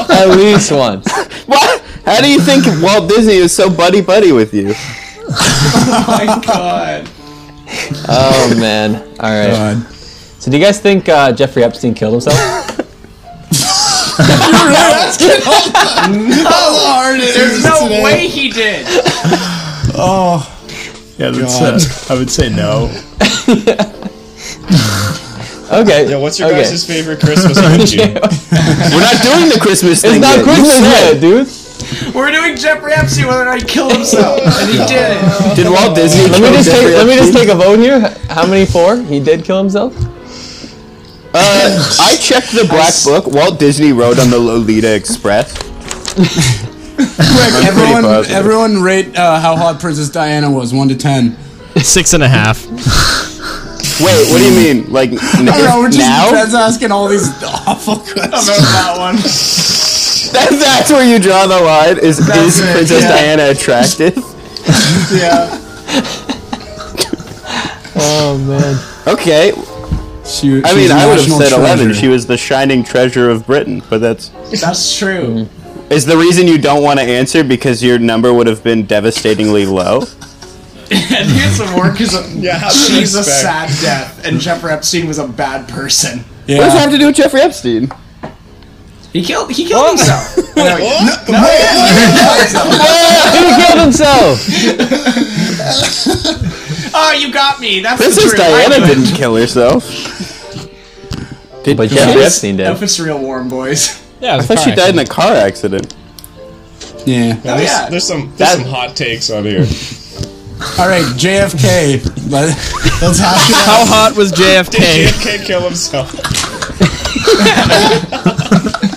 C: at least once.
D: What? How do you think Walt Disney is so buddy buddy with you?
F: oh my god.
C: Oh man. All right.
E: God.
C: So do you guys think uh, Jeffrey Epstein killed himself?
E: really asking how, how hard it is
F: No
E: today.
F: way he did.
E: Oh,
H: Yeah, that's, uh, I would say no.
C: Okay.
B: Yeah, what's your
C: okay.
B: guys' favorite Christmas movie?
D: We're not doing the Christmas
C: It's
D: thing.
C: not
D: yet.
C: Christmas yet, dude.
F: We're doing Jeffrey Epstein whether or not he killed himself, and he did it.
D: Did Walt Disney?
C: Let me just take, let me just take a vote here. How many for? He did kill himself.
D: Uh, I checked the black book. Walt Disney rode on the Lolita Express.
E: quick, everyone,
D: positive.
E: everyone rate uh, how hot Princess Diana was, 1 to 10.
G: Six and a half.
D: Wait, what do you mean? Like n-
E: I don't know, we're just
D: now?
E: Ted's asking all these awful questions.
F: That one.
D: That, that's where you draw the line. Is is
F: it,
D: Princess
F: yeah.
D: Diana attractive?
F: Yeah.
C: Oh man.
D: Okay.
E: She,
D: I
E: she's
D: mean,
E: a
D: I would have
E: national
D: said eleven.
E: treasure.
D: She was the shining treasure of Britain, but that's
F: That's true.
D: is the reason you don't want to answer because your number would have been devastatingly low.
F: And here's the more because
B: yeah, how did I
F: she's a
B: expect?
F: sad death, and Jeffrey Epstein was a bad person.
D: What does that
E: Yeah.
D: have to do with Jeffrey Epstein?
F: He killed. He killed himself.
C: He killed himself.
F: Oh, you got me. That's the
D: Princess
F: truth. I
D: Diana
F: knew it.
D: didn't kill herself. Did
C: But
D: she?
C: Jeffrey
D: I
C: Epstein
F: That
C: did.
F: was real warm, boys.
G: Yeah, I
D: thought she died in a car accident.
E: yeah.
F: Oh,
B: There's,
F: yeah.
B: there's some there's
D: That-
B: some hot takes on here.
E: All right, JFK. Let, let's hash it out.
G: How hot was JFK?
B: JFK kill himself.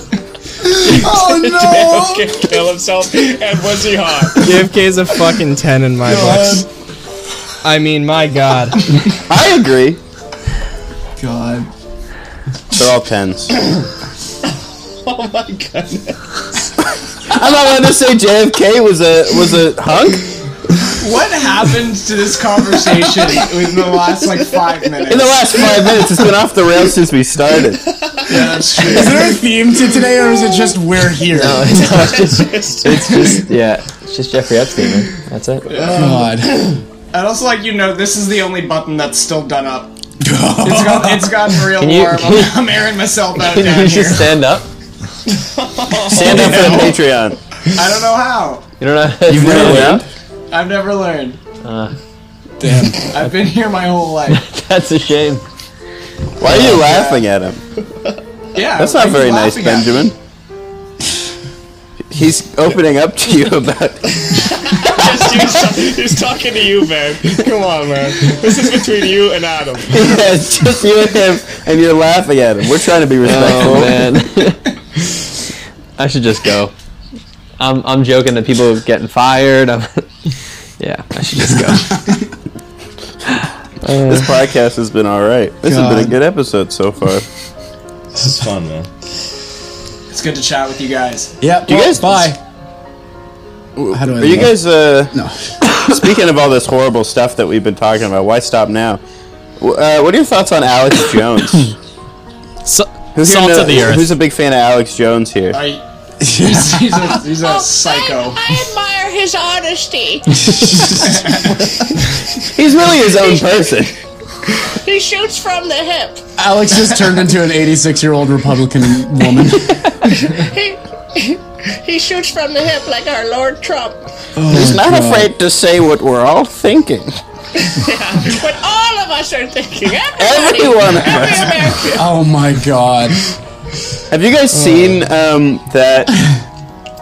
E: Oh, no.
B: JFK kill himself, and was he hot?
G: JFK is a fucking 10 in my books. I mean, my god.
D: I agree.
E: God.
D: They're all tens.
B: Oh my goodness.
D: I'm not allowed to say JFK was a was a hunk.
F: What happened to this conversation in the last like five minutes?
D: In the last five minutes, it's been off the rails since we started.
F: yeah, that's true.
E: Is there a theme to today, or is it just we're here?
C: It's just yeah. It's just Jeffrey Epstein. Man. That's it.
E: God.
F: I'd also like you to know this is the only button that's still done up. It's got it's gotten real
C: Can you-
F: warm.
C: can you-
F: I'm, I'm airing myself out
C: Can
F: down
C: you
F: here.
C: just stand up?
D: Stand up for the Patreon.
F: I don't know how.
C: You don't know. You've
D: never learned?
F: I've never learned.
D: Uh,
E: Damn.
F: I've been here my whole life.
C: That's a shame.
D: Why are you laughing at him?
F: Yeah,
D: That's not
F: I'm
D: very nice,
F: laughing at it.
D: Benjamin. He's opening up to you about.
B: He's, he's talking to you, man. Come on, man. This is between you and Adam.
D: Yeah, it's just you and him, and you're laughing at him. We're trying to be respectful.
C: Oh man. I should just go. I'm I'm joking that people getting fired. I'm, yeah, I should just go.
D: This podcast has been all right. This has been a good episode so far.
B: This is fun, man.
F: It's good to chat with you guys.
E: Yep.
D: you
E: well,
D: guys-
E: Bye. How do I?
D: Are you
E: leave?
D: guys? Uh,
E: No.
D: Speaking of all this horrible stuff that we've been talking about, why stop now? W- Uh, what are your thoughts on Alex Jones?
G: So-
D: Who here
G: salt
D: know-
G: of the earth.
D: Who's a big fan of Alex Jones here?
F: I, he's, he's a, he's
D: Oh,
F: a psycho.
I: I, I admire his honesty.
D: He's really his own person.
I: he shoots from the hip.
E: Alex just turned into an 86 year old Republican woman.
I: He, he shoots from the hip like our Lord Trump.
D: He's not afraid to say what we're all thinking.
I: But all of us are thinking. Everybody,
D: Every one of
I: every
D: us.
I: American.
E: Oh my god.
D: Have you guys seen um, that?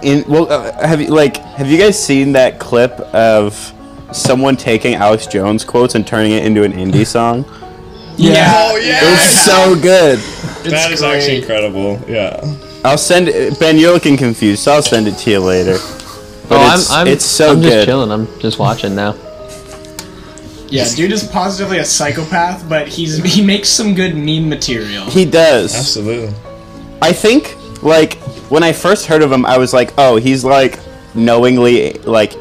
D: In well, uh, have you like have you guys seen that clip of someone taking Alex Jones quotes and turning it into an indie song?
E: Yeah.
B: Oh yeah,
D: It's so good.
B: that is actually incredible. Yeah,
D: I'll send it, Ben. You're looking confused, so I'll send it to you later. But
C: Oh,
D: it's,
C: I'm, I'm,
D: it's so
C: I'm
D: good.
C: just chilling. I'm just watching now.
F: Yeah, dude is positively a psychopath, but he's he makes some good meme material.
D: He does.
B: absolutely.
D: I think like when I first heard of him, I was like, oh, he's like knowingly like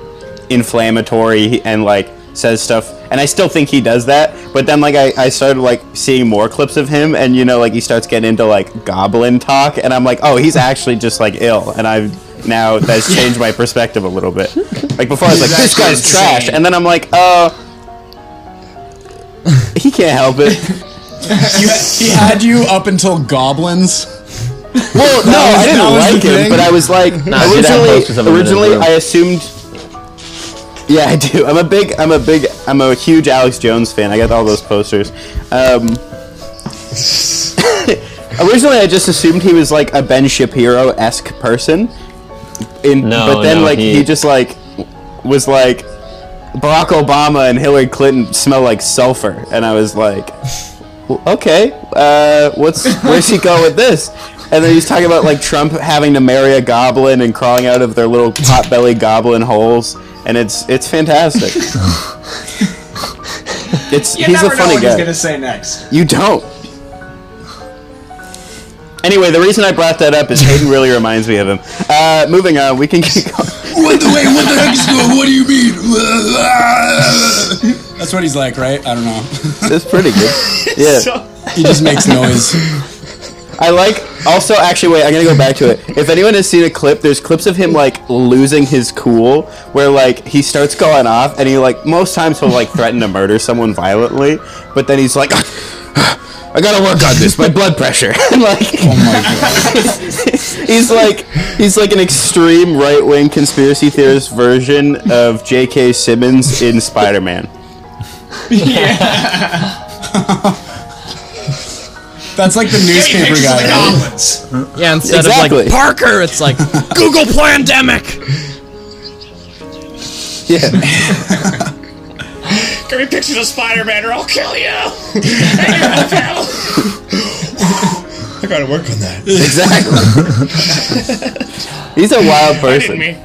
D: inflammatory and like says stuff. And I still think he does that. But then like I, I started like seeing more clips of him, and you know like he starts getting into like goblin talk, and I'm like, oh, he's actually just like ill, and I've. Now that's changed my perspective a little bit. Like before, I was like, "This guy's trash," and then I'm like, "Oh, he can't help it."
E: He had you up until goblins.
D: Well, no, I didn't
E: that was the
D: like him,
E: thing.
D: but I was like
C: Nah, you did have posters of him
D: originally.
C: in his
D: Originally,
C: room.
D: I assumed. Yeah, I do. I'm a big, I'm a big, I'm a huge Alex Jones fan. I got all those posters. Um, originally, I just assumed he was like a Ben Shapiro esque person. In,
C: No,
D: but then
C: no,
D: like he...
C: he-
D: just like was like Barack Obama and Hillary Clinton smell like sulfur, and I was like, "Well, okay, uh, what's where's he going with this? And then he's talking about like Trump having to marry a goblin and crawling out of their little potbelly goblin holes, and it's it's fantastic. it's
F: You
D: he's a
F: never know
D: funny
F: what
D: guy.
F: he's gonna say next.
D: You don't. Anyway, the reason I brought that up is Hayden really reminds me of him. Uh, moving on, we can keep going.
E: What the wait? What the heck is going? What do you mean? That's what he's like, right? I don't know.
D: That's pretty good. Yeah.
E: He just makes noise.
D: I like. Also, actually, wait. I'm gonna go back to it. If anyone has seen a clip, there's clips of him like losing his cool, where like he starts going off, and he like most times will like threaten to murder someone violently, but then he's like, "I gotta work on this. My blood pressure." and like, he's like, he's like an extreme right wing conspiracy theorist version of J.K. Simmons in Spider-Man.
E: That's like the newspaper guy. right?
G: Yeah, instead
D: Exactly.
G: of like Parker, it's like Google Pandemic.
D: Yeah.
B: Give me pictures of Spider-Man or I'll kill you. I gotta work on that.
D: Exactly. He's a wild
B: Hit
D: person.
B: me.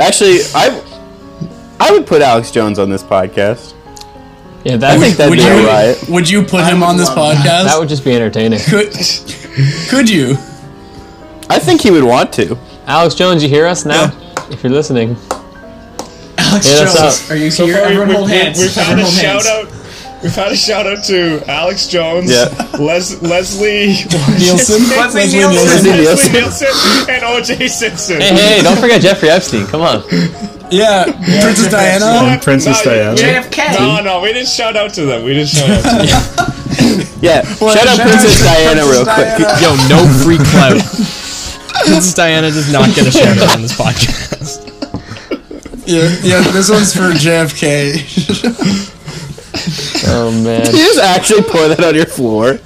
D: Actually, I I would put Alex Jones on this podcast.
C: Yeah, that
D: I
C: would,
D: think that'd
E: Would
D: be
E: you
D: alright.
E: would you put him on this podcast?
C: that would just be entertaining.
E: could could you?
D: I think he would want to.
C: Alex Jones, you hear us now? If you're listening,
F: Alex
C: Yeah, that's
F: Jones,
C: up.
F: are you
B: So
F: here?
B: far,
F: Everyone
B: we-
F: hold
B: we-
F: hands.
B: We've had
F: Everyone
B: a
F: hold
B: shout
F: hands.
B: out. We've had a shout out to Alex Jones,
D: Yeah.
B: Les- Leslie
E: Nielsen?
B: Leslie, Nielsen,
E: Leslie Nielsen.
B: Leslie
D: Nielsen.
B: Nielsen, and OJ Simpson.
C: hey, hey, don't forget Jeffrey Epstein. Come on,
E: Yeah, Princess Diana.
H: And Princess
B: No,
H: Diana.
B: yeah.
F: JFK.
B: No, no, we didn't shout out to them. We didn't shout out to them.
D: Yeah. shout out
E: shout out
D: Princess
E: to
D: Diana real
E: Princess
D: quick.
G: Yo, no
E: Diana.
G: free clout. Princess Diana does not get a shout out on this podcast.
E: Yeah, yeah, this one's for JFK.
C: oh man.
D: Did you just actually pour that on your floor?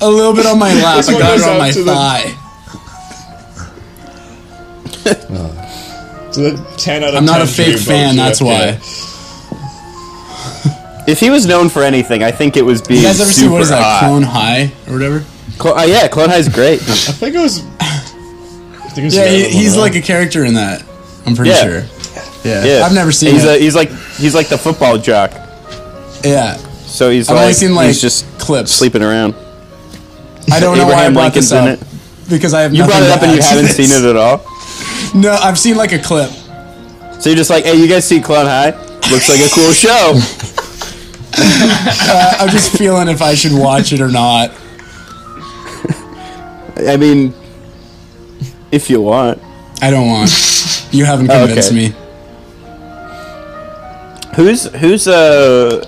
E: A little bit on my lap. I
B: one
E: got
B: goes
E: it on
B: out
E: my
B: to the-
E: thigh.
B: So the Ten out of
E: I'm not
B: 10
E: a fake
B: tribute
E: fan.
B: vote,
E: That's
B: JFK.
E: why.
D: If he was known for anything, I think it was being
E: You guys ever see
D: super
E: what is that?
D: hot.
E: Clone High or whatever.
D: Clo- uh, yeah, Clone High's great.
B: I think it was. I think it was
E: Yeah, he,
B: another one,
E: he's
B: huh?
E: like a character in that. I'm pretty
D: Yeah.
E: sure. Yeah.
D: Yeah.
E: I've never seen
D: He's a,
E: it.
D: he's like he's like the football jock.
E: yeah,
D: So he's
E: I've
D: like,
E: only seen like
D: he's just
E: clips.
D: sleeping around.
E: I don't know why I
D: Abraham
E: brought
D: Lincoln's
E: this up
D: in it.
E: because I have
D: You brought it up and you haven't seen it at all.
E: No, I've seen like a clip.
D: So you're just like, hey, you guys see Clone High? Looks like a cool show.
E: I- I'm just feeling if I should watch it or not.
D: I mean, if you want.
E: I don't want. You haven't
D: Oh,
E: convinced
D: okay.
E: me.
D: Who's who's uh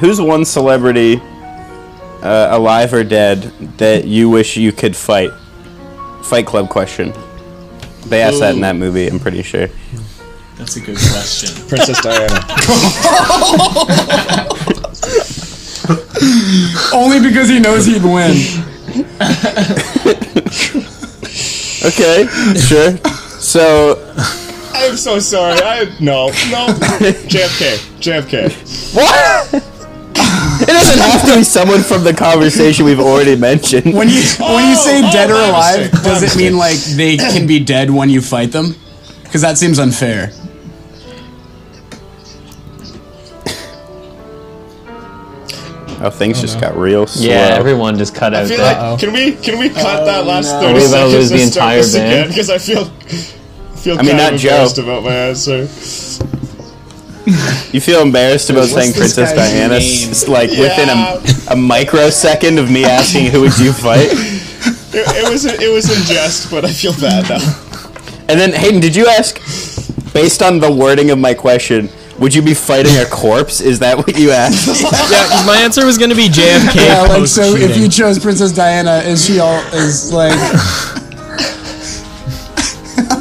D: who's one celebrity uh, alive or dead that you wish you could fight? Fight Club question. They asked that in that movie, I'm pretty sure.
F: That's a good question.
B: Princess Diana.
E: Only because he knows he'd win.
D: Okay, sure. So
B: I'm so sorry. I no no. JFK. JFK.
D: what? It doesn't have to be someone from the conversation we've already mentioned.
E: When you when you say
B: Oh,
E: dead or
B: my
E: alive,
B: mistake, my
E: does it
B: mistake.
E: mean like they can be dead when you fight them? Because that seems unfair.
D: Oh, things just got real slow.
C: Yeah, everyone just cut out.
B: I feel
C: that.
B: like can we can we cut that last
F: no.
B: thirty
C: Are we about to lose
B: seconds and
C: the
B: start
C: entire
B: this
C: band?
B: again? Because I feel feel
D: I mean,
B: kind
D: not
B: of
D: Joe.
B: embarrassed about my answer.
D: You feel embarrassed about saying
F: this
D: Princess
F: guy's
D: Diana, s-
F: name?
D: s- like within
B: Yeah.
D: a, a microsecond of me asking who would you fight,
B: It, it was it was in jest, but I feel bad now.
D: and then Hayden, did you ask, based on the wording of my question, Would you be fighting a corpse? Is that what you asked?
G: Yeah, my answer was going to be JFK.
E: Yeah, like so.
G: post-shooting.
E: If you chose Princess Diana, is she all is like?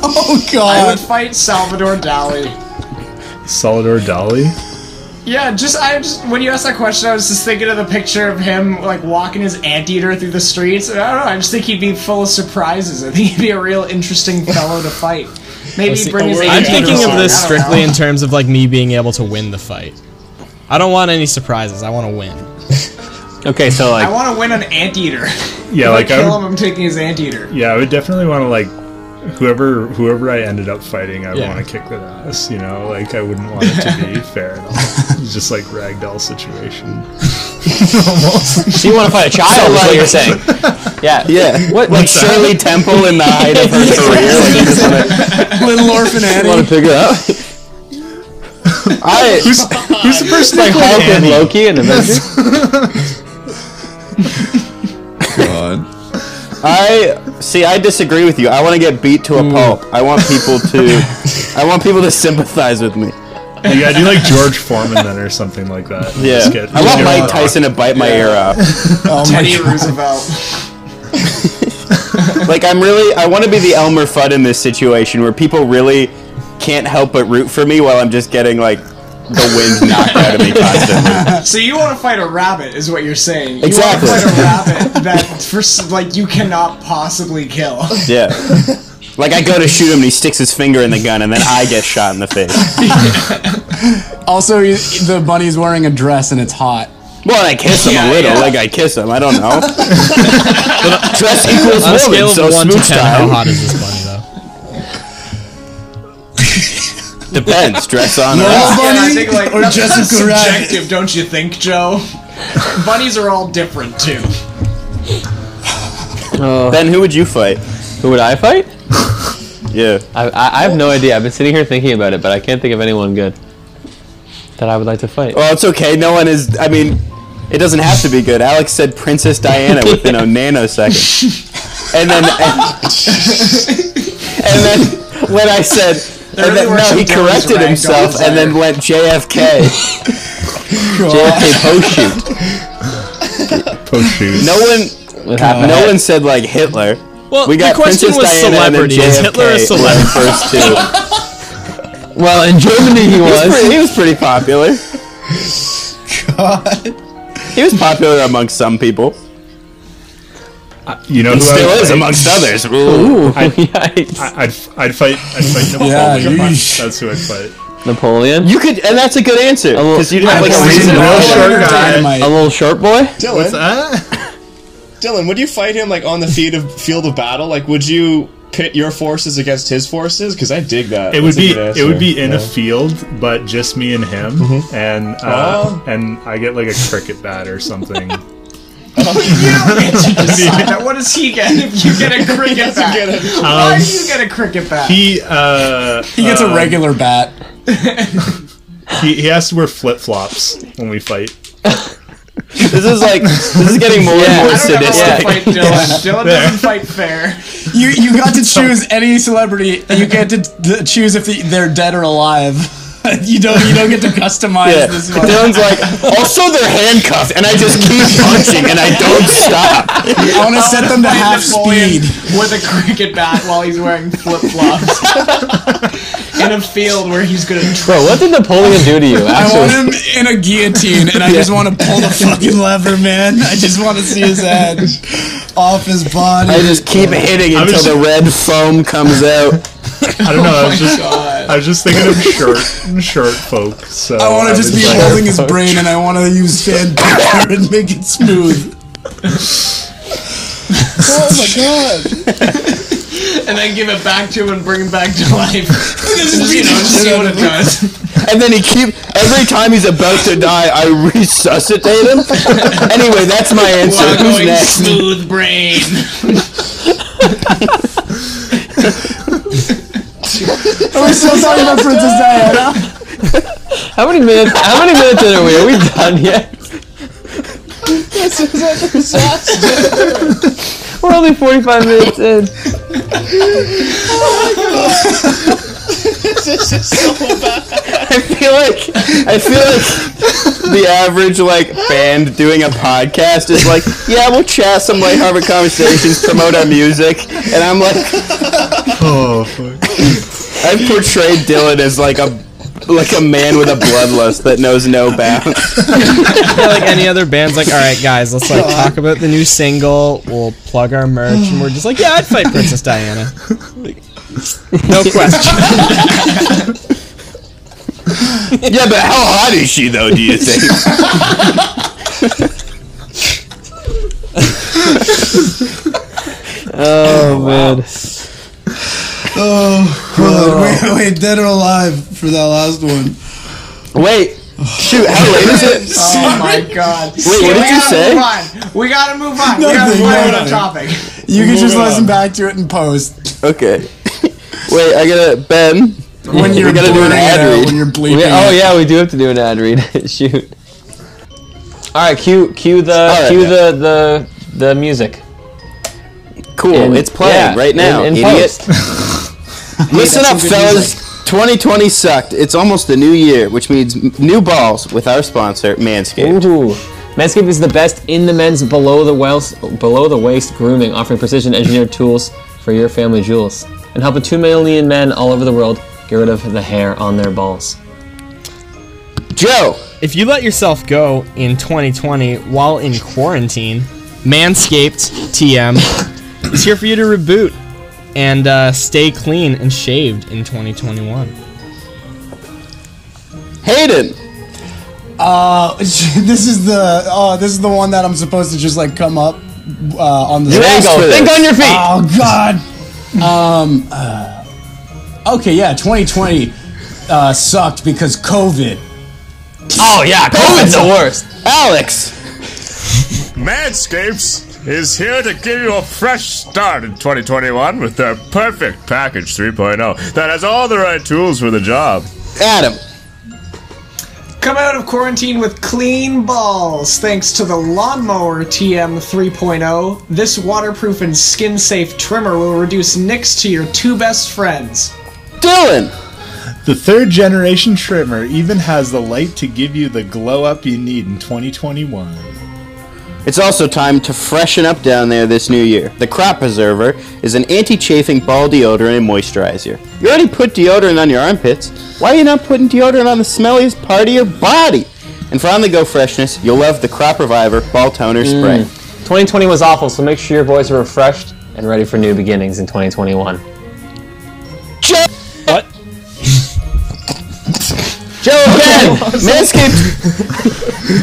E: oh
F: I
E: God!
F: would fight Salvador Dali.
H: Salvador Dali.
F: Yeah, just I just when you asked that question, I was just thinking of the picture of him like walking his anteater through the streets. And I don't know. I just think he'd be full of surprises. I think he'd be a real interesting fellow to fight. Maybe he'd bring his
B: oh, we're-
G: I'm
F: anteater
G: thinking of
F: along,
G: this
F: I don't know.
G: strictly in terms of like me being able to win the fight. I don't want any surprises. I want to win.
C: Okay, so
F: I
C: like
F: want to win an anteater.
H: Yeah,
F: Like
H: like I
F: kill
H: would,
F: him. I'm taking his anteater.
H: yeah, I would definitely want to like whoever whoever I ended up fighting, I would
G: Yeah.
H: want to kick their ass. You know, like I wouldn't want it to be fair at all. It's just like ragdoll situation.
C: so you want to fight a child? is what you're saying? Yeah.
D: yeah.
C: What? Like,
D: Like Shirley Temple in the height of her career. Like, you just
E: Little orphan
D: want
E: Annie.
D: to pick it up. I
H: Who's, who's the person
C: like
H: that
C: Hulk
H: played
C: and
H: Uh, Annie?
C: Loki and Avengers.
D: I see. I disagree with you. I want to get beat to a
G: Hmm.
D: pulp. I want people to. I want people to sympathize with me.
H: You gotta do like George Foreman then or something like that.
D: Yeah.
H: Just get-
D: I
H: just
D: want
H: get
D: Mike
H: rocked.
D: Tyson to bite my ear off.
E: Oh my
F: Teddy Roosevelt.
D: Like I'm really. I want to be the Elmer Fudd in this situation where people really can't help but root for me while I'm just getting like the wind knocked out of me constantly.
F: So you want to fight a rabbit, is what you're saying?
D: Exactly.
F: You want to fight a rabbit that, for s- like, you cannot possibly kill.
D: Yeah. Like I go to shoot him and he sticks his finger in the gun and then I get shot in the face.
E: Also, he- the bunny's wearing a dress and it's hot.
D: Well, I kiss him a little. Like I kiss him. I don't know. Dress equals
G: On a scale
D: woman,
G: of
D: so
G: one to
D: smooch
G: ten, how
D: time.
G: hot is this bunny though?
D: Depends. Dress on. or off.
E: Bunny
F: And I think, like,
E: or
F: that's
E: Jessica Rabbit?
F: subjective, don't you think, Joe? Bunnies are all different too.
D: Then who would you fight?
C: Who would I fight?
D: Yeah.
C: I, I, I have no idea. I've been sitting here thinking about it, but I can't think of anyone good that I would like to fight.
D: Well, it's okay. No one is. I mean, it doesn't have to be good. Alex said Princess Diana within a nanosecond, and then and, then when I said, and
F: really
D: then,
F: were
D: no,
F: some
D: he
F: villains
D: corrected
F: ranked on
D: himself
F: this
D: and then
F: iron.
D: went JFK. JFK post shoot.
H: Post shoot.
D: No one, no one said like Hitler.
G: Well,
D: We got
G: the question
D: Princess
G: was
D: Diana and then
G: celebrity. Is
D: JFK.
G: Hitler a
D: were
G: celebrity?
D: the first two. He
C: Well, in Germany he
D: was
C: was.
D: pretty- he was pretty popular. He was popular amongst some people.
H: You know who
D: Still
H: I would
D: is
H: fight?
D: amongst others.
C: Ooh,
H: I-
C: Oh, yikes.
H: I- I'd, I'd fight. I'd fight
E: Yeah,
H: Napoleon.
E: you-
H: That's who I'd fight.
C: Napoleon.
D: You could, and that's a good answer
C: little-
D: because you'd have like a
H: Napoleon.
D: reason.
H: Real
D: why.
H: short guy.
E: Dynamite.
C: a little short boy.
H: What's
B: Dylan,
H: that?
B: Dylan, would you fight him like on the field of field of battle? Like, would you pit your forces against his forces? Because I dig that.
H: It would
B: That's a
H: be.
B: good
H: It
B: answer.
H: would be in a
B: Yeah.
H: field, but just me and him, and uh,
B: Oh.
H: and I get like a cricket bat or something. Um,
F: Now, what does he get if you get a cricket bat?
B: Get it.
F: Why do you get a cricket bat?
H: Um, he uh,
E: He gets a regular bat.
H: he, he has to wear flip flops when we fight.
D: This is like this is getting more and more
F: I don't ever want to
D: sadistic.
F: fight Dylan. Dylan doesn't fight fair.
E: You you got to choose any celebrity, and you get to d- choose if the- they're dead or alive. you don't you don't get to customize
D: Yeah.
E: this one.
D: Dylan's like, also they're handcuffed, and I just keep punching, and I don't stop.
E: I want to set them to
F: Fight
E: half
F: Napoleon
E: speed.
F: with a cricket bat while he's wearing flip flops in a field where he's gonna.
C: Bro, what did Napoleon do to you?
E: I
C: Actually,
E: want him in a guillotine, and I just want to pull the fucking lever, man. I just want to see his head off his body.
D: I just keep hitting
H: was
D: until the red foam comes out.
H: I don't know. I was just I was just thinking of short short folk. So
E: I want to just
H: would
E: be
H: like-
E: holding his brain, and I want to use sandpaper and make it smooth.
F: and then give it back to him and bring him back to life. just, you know, just see
E: shit
F: what
E: out of
F: it does.
D: And then he keep every time he's about to die, I resuscitate him. anyway, that's my answer.
F: While
D: Who's
F: going
D: next?
F: smooth brain.
E: Are we still talking about Princess Diana?
C: how many minutes? How many minutes in are we? Are we done yet? We're only forty-five minutes in.
B: This is so bad.
C: I feel
D: feel like I feel like the average like band doing a podcast is like, yeah, we'll chat some lighthearted conversations, promote our music, and I'm like,
H: Oh, fuck.
D: I've portrayed Dylan as like a like a man with a bloodlust that knows no bounds.
G: Yeah, like any other bands, like, all right, guys, let's like talk about the new single. We'll plug our merch, and we're just like, yeah, I'd fight Princess Diana. Like, no question.
D: Yeah, but how hot is she though? Do you think?
C: Oh man.
E: Oh, God. Wait, wait, dead or alive for that last one.
D: Wait, shoot, how late is it?
F: Oh my god. Wait,
D: what did you say?
F: We gotta move on. We gotta
E: Nothing,
F: move on to
E: nothing.
F: the topic.
E: You can just
H: Moving
E: listen
H: on.
E: back to it in post.
D: Okay, wait, I gotta Ben.
E: When you're
D: gotta do an
E: blurring it
D: ad
E: out,
D: read.
E: When you're bleeping.
C: We-
E: it.
C: oh yeah, we do have to do an ad read. Shoot. All right, cue cue the
D: right,
C: cue
D: yeah.
C: the the the music.
D: Cool,
C: In-
D: it's playing
C: yeah,
D: right now,
C: in- in
D: idiot.
C: post.
D: Listen up, fellas. 2020 sucked. It's almost the new year, which means m- new balls with our sponsor, Manscaped.
C: Ooh. Manscaped is the best in the men's below the waist, below the waist grooming, offering precision engineered tools for your family jewels and helping 2 million men all over the world get rid of the hair on their balls.
D: Joe,
G: If you let yourself go in 2020 while in quarantine, Manscaped TM is here for you to reboot and uh, stay clean and shaved in 2021.
D: Hayden,
E: Uh, this is the oh, this is the one that I'm supposed to just like come up uh, on the.
D: Thanks
C: There you
D: for
C: go.
D: this.
C: Think on your feet.
E: Oh God. Um. uh, okay, yeah, 2020 uh, sucked because COVID.
C: Oh yeah, COVID's the worst.
D: Alex,
J: Manscapes is here to give you a fresh start in 2021 with their perfect package 3.0 that has all the right tools for the job.
D: Adam,
F: Come out of quarantine with clean balls thanks to the Lawnmower TM 3.0. oh. This waterproof and skin safe trimmer will reduce nicks to your two best friends.
D: Dylan,
H: The third generation trimmer even has the light to give you the glow up you need in 2021.
D: It's also time to freshen up down there this new year. The Crop Preserver is an anti-chafing ball deodorant and moisturizer. You already put deodorant on your armpits. Why are you not putting deodorant on the smelliest part of your body? And for on-the-go freshness, you'll love the Crop Reviver Ball Toner Spray.
C: 2020 was awful, so make sure your boys are refreshed and ready for new beginnings in 2021.
G: What?
D: Joe again! Manscaped!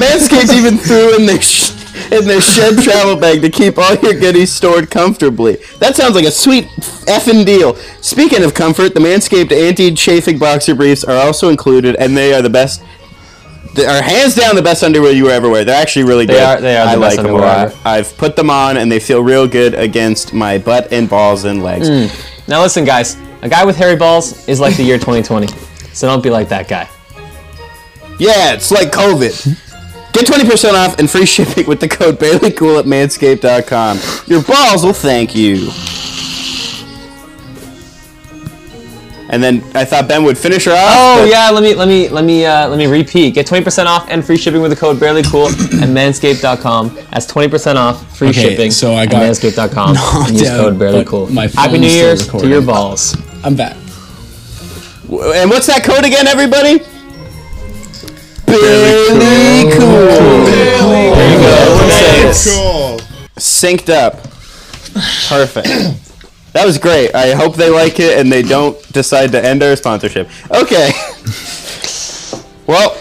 D: Manscaped even threw in their, sh- in their shed travel bag to keep all your goodies stored comfortably. That sounds like a sweet effing deal. Speaking of comfort, the Manscaped anti-chafing boxer briefs are also included, and they are the best. They are hands down the best underwear you will ever wear. They're actually really good.
C: are- they are the
D: I
C: best
D: like them a
C: underwear
D: lot.
C: ever.
D: I've put them on, and they feel real good against my butt and balls and legs.
C: Mm. Now listen, guys. A guy with hairy balls is like the year 2020, so don't be like that guy.
D: Yeah, it's like COVID. Get 20% off and free shipping with the code BaileyCool at manscaped.com. Your balls will thank you. And then I thought Ben would finish her off.
C: Oh
D: but
C: yeah, let me let me let me uh, let me repeat. Get 20% off and free shipping with the code barelycool at manscaped.com. That's 20% off free
E: Okay,
C: shipping
E: so I
C: at
E: got
C: manscaped.com
E: knocked
C: and use
E: out,
C: code
E: but
C: barelycool.
E: my
C: Happy
E: phone's
C: New
E: still
C: Year's to
E: recording.
C: your balls.
E: I'm back.
D: And what's that code again, everybody?
J: Really
D: BaileyCool. Cool.
H: Cool.
D: Synced up. Perfect. that was great. I hope they like it and they don't decide to end our sponsorship. Okay. well,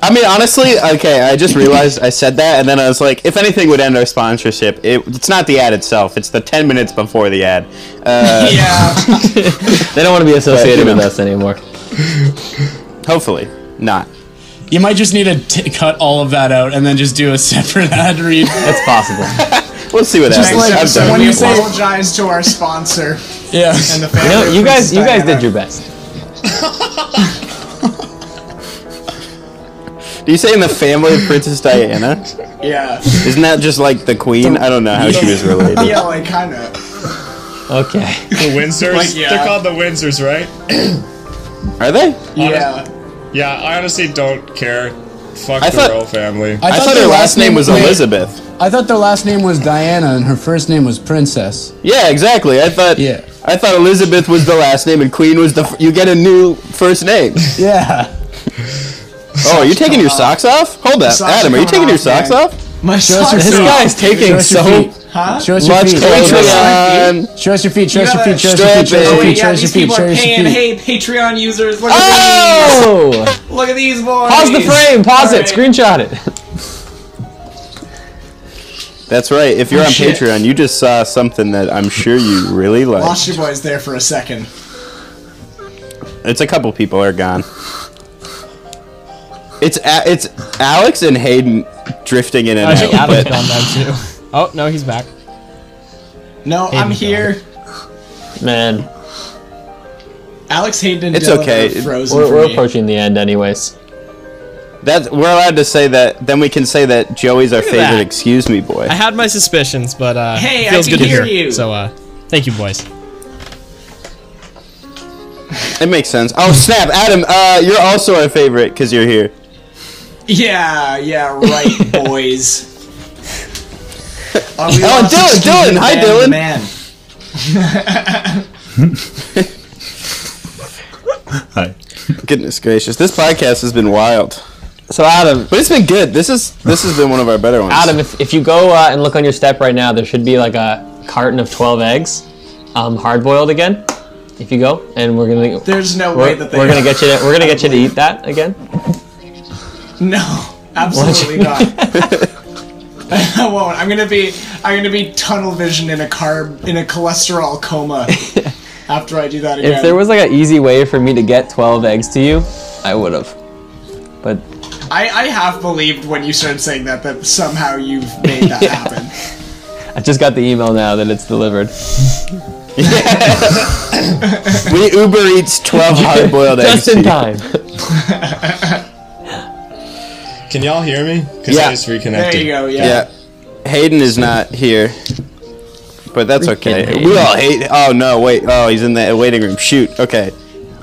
D: I mean, honestly, okay, I just realized I said that, and then I was like, if anything would end our sponsorship, it, it's not the ad itself, it's the 10 minutes before the ad. Uh,
F: Yeah.
C: They don't want to be associated
D: But, you
C: with
D: know.
C: us anymore.
D: Hopefully, not.
E: You might just need to t- cut all of that out and then just do a separate ad read.
C: It's possible.
D: We'll see what happens.
E: like-
D: I'm
E: just
D: done.
E: when
F: we
E: you say-
F: apologize to our sponsor
E: yeah.
F: and the
C: You,
F: family.
C: know, you
F: of
C: guys you guys
F: Princess
C: did your
F: Diana.
C: best.
D: Do you say in the family of Princess Diana?
F: Yeah.
D: Isn't that just like the queen? I don't know how she was related.
F: Yeah, like kinda.
C: Okay.
B: The Windsors?
F: Like, yeah.
B: They're called the Windsors, right?
D: Are they?
F: Yeah.
B: Yeah, I honestly don't care. Fuck
D: I
B: the
D: thought-
B: royal family.
D: I, thought, her last name was
E: wait,
D: Elizabeth.
E: I thought their last name was Diana and her first name was Princess.
D: Yeah, exactly. I thought.
E: Yeah.
D: I thought Elizabeth was the last name and Queen was the. F- you get a new first name.
E: Yeah.
D: Oh, are you taking your socks off? Hold up,
F: Socks
D: Adam. Are you
F: come
D: taking your
F: off,
D: socks
F: man.
D: off?
F: My socks
D: This
F: are
D: guy
F: off.
D: is taking
E: Show us your
D: so
E: feet.
F: Huh?
E: Show us your
D: much
E: feet.
D: Patreon.
E: Show us your feet. Show us your feet. Show us your
D: Strap
E: feet. Show us
F: Oh
D: it.
E: your feet.
F: wait,
E: Show us
F: yeah,
E: your
F: these
E: feet.
F: people
E: Show
F: are
E: us your
F: paying.
E: feet.
F: Hey, Patreon users, look at
C: Oh!
F: these. Look at these boys.
C: Pause the frame. Pause it.
F: Alright.
C: Screenshot it.
D: That's right. If you're on
F: shit.
D: Patreon, you just saw something that I'm sure you really like.
F: Lost your boys there for a second.
D: It's a couple people are gone. It's a- it's Alex and Hayden drifting in and
G: I think
D: out.
G: Adam's
D: But
G: gone now too. Oh no, he's back.
F: No, I'm
G: Hayden
F: here.
C: Man,
F: Alex Hayden.
D: It's
F: Dylan
D: okay.
F: are Frozen
C: we're,
F: for
C: we're
F: me.
C: approaching the end, anyways.
D: that we're allowed to say that. Then we can say that Joey's our
G: at
D: favorite.
G: that.
D: Excuse me, boy.
G: I had my suspicions, but uh,
F: Hey,
G: it
F: I
G: feels
F: can
G: good
F: hear
G: to hear.
F: you.
G: So uh, thank you, boys.
D: It makes sense. Oh snap, Adam. Uh, you're also our favorite because you're here.
F: Yeah, yeah, right, boys. Oh,
D: Oh,
F: we lost
D: Dylan,
F: Steve
D: Dylan, hi,
F: Van
D: Dylan.
F: Man.
H: Hi.
D: Goodness gracious, this podcast has been wild. So Adam, but it's been good. This is this has been one of our better ones.
C: Adam, if, if you go uh, and look on your step right now, there should be like a carton of 12 eggs, um, hard boiled again. If you go, and we're gonna
F: There's no way
C: we're,
F: that they.
C: we're gonna get you to, we're gonna get you to eat that again.
F: No, absolutely not. I won't. I'm gonna be. I'm gonna be tunnel vision in a carb in a cholesterol coma after I do that again.
C: If there was like an easy way for me to get 12 eggs to you, I would have. But
F: I, I half believed when you started saying that that somehow you've made that happen.
C: I just got the email now that it's delivered.
D: we Uber Eats twelve hard-boiled eggs.
C: Just in
D: to you.
C: time.
B: Can y'all hear me? Because
D: Yeah.
B: I just
F: There
B: reconnected.
F: you go. Yeah.
D: Yeah. Hayden is not here. But that's okay.
C: Hayden.
D: We all hate Oh no, wait. Oh, he's in the waiting room. Shoot. Okay.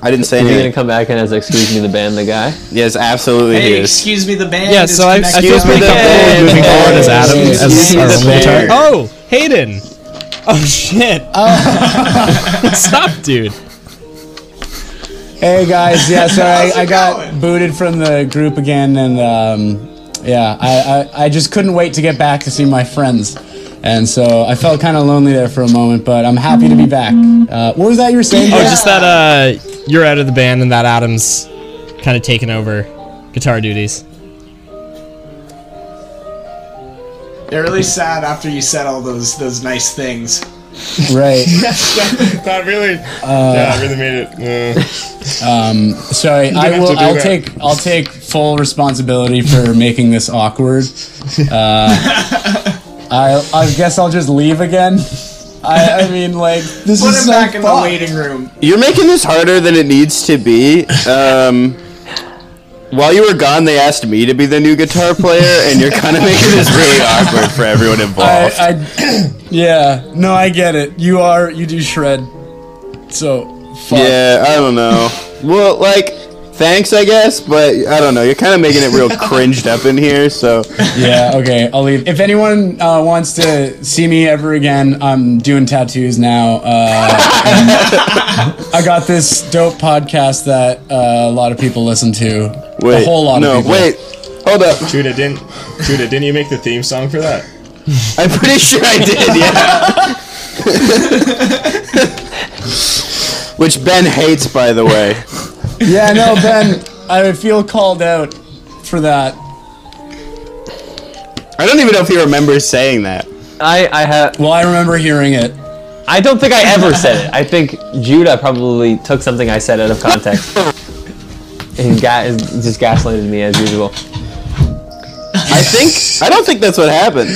D: I didn't say
C: You're gonna
D: anything.
C: come back and as excuse me, the band, the guy.
D: Yes, absolutely
F: Hey,
D: he is.
F: excuse me. The band.
G: Yeah,
F: is
G: so I, I
F: connected
G: feel
F: to
G: pretty
F: the-
G: comfortable moving
D: Hey,
G: forward as Adam
D: hey,
G: as
D: hey,
G: our
D: hey,
G: lead
D: hey.
G: guitar- Oh, Hayden. Oh shit. What's up, dude?
E: Hey guys, yeah, so I,
F: How's it
E: I
F: going?
E: got booted from the group again, and um, yeah, I, I, I just couldn't wait to get back to see my friends, and so I felt kind of lonely there for a moment, but I'm happy to be back. Uh, what was that you were saying?
G: Oh,
E: Jack?
G: just that uh, you're out of the band and that Adam's kind of taken over guitar duties.
F: They're really sad after you said all those those nice things.
E: right.
B: Not really. yeah, I really made it. Uh,
E: Sorry, I
B: have to
E: will.
B: do
E: I'll
B: that.
E: take. I'll take full responsibility for making this awkward. Uh, I I guess I'll just leave again. I, I mean, like this
F: Put
E: is
F: him
E: so
F: back in the
E: fucked.
F: waiting room.
D: You're making this harder than it needs to be. Um While you were gone, they asked me to be the new guitar player, and you're kind of making this really awkward for everyone
E: I,
D: involved.
E: I, yeah, no, I get it. You are, you do shred. So, fuck.
D: Yeah, I don't know. Well, like, thanks, I guess, but I don't know. You're kind of making it real cringed up in here, so
E: Yeah, okay, I'll leave. If anyone uh, wants to see me ever again, I'm doing tattoos now. Uh, I got this dope podcast that uh, a lot of people listen to.
D: wait.
E: a whole lot
D: no,
E: of people.
D: wait. Hold up.
B: Duda, didn't Duda, didn't you make the theme song for that?
D: I'm pretty sure I did, yeah. Which Ben hates, by the way.
E: Yeah, no, Ben, I feel called out for that.
D: I don't even know if he remembers saying that.
C: I I have.
E: Well, I remember hearing it.
C: I don't think I ever said it. I think Judah probably took something I said out of context. And ga- just gaslighted me as usual.
D: I think I don't think that's what happened.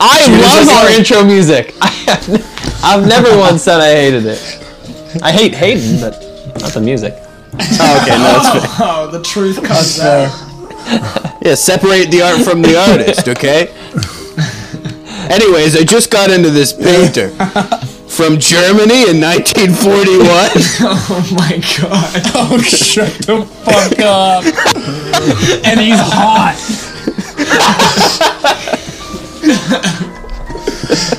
C: I
D: just
C: love our
D: like-
C: intro music. I have n- I've never once said I hated it. I hate Hayden, but not the music.
D: Oh, okay, no, that's fair.
F: Oh, the truth comes
E: So,
F: out.
D: Yeah, separate the art from the artist, okay? Anyways, I just got into this painter. from Germany in 1941.
F: Oh my god.
E: Oh, shut the fuck up. and he's hot.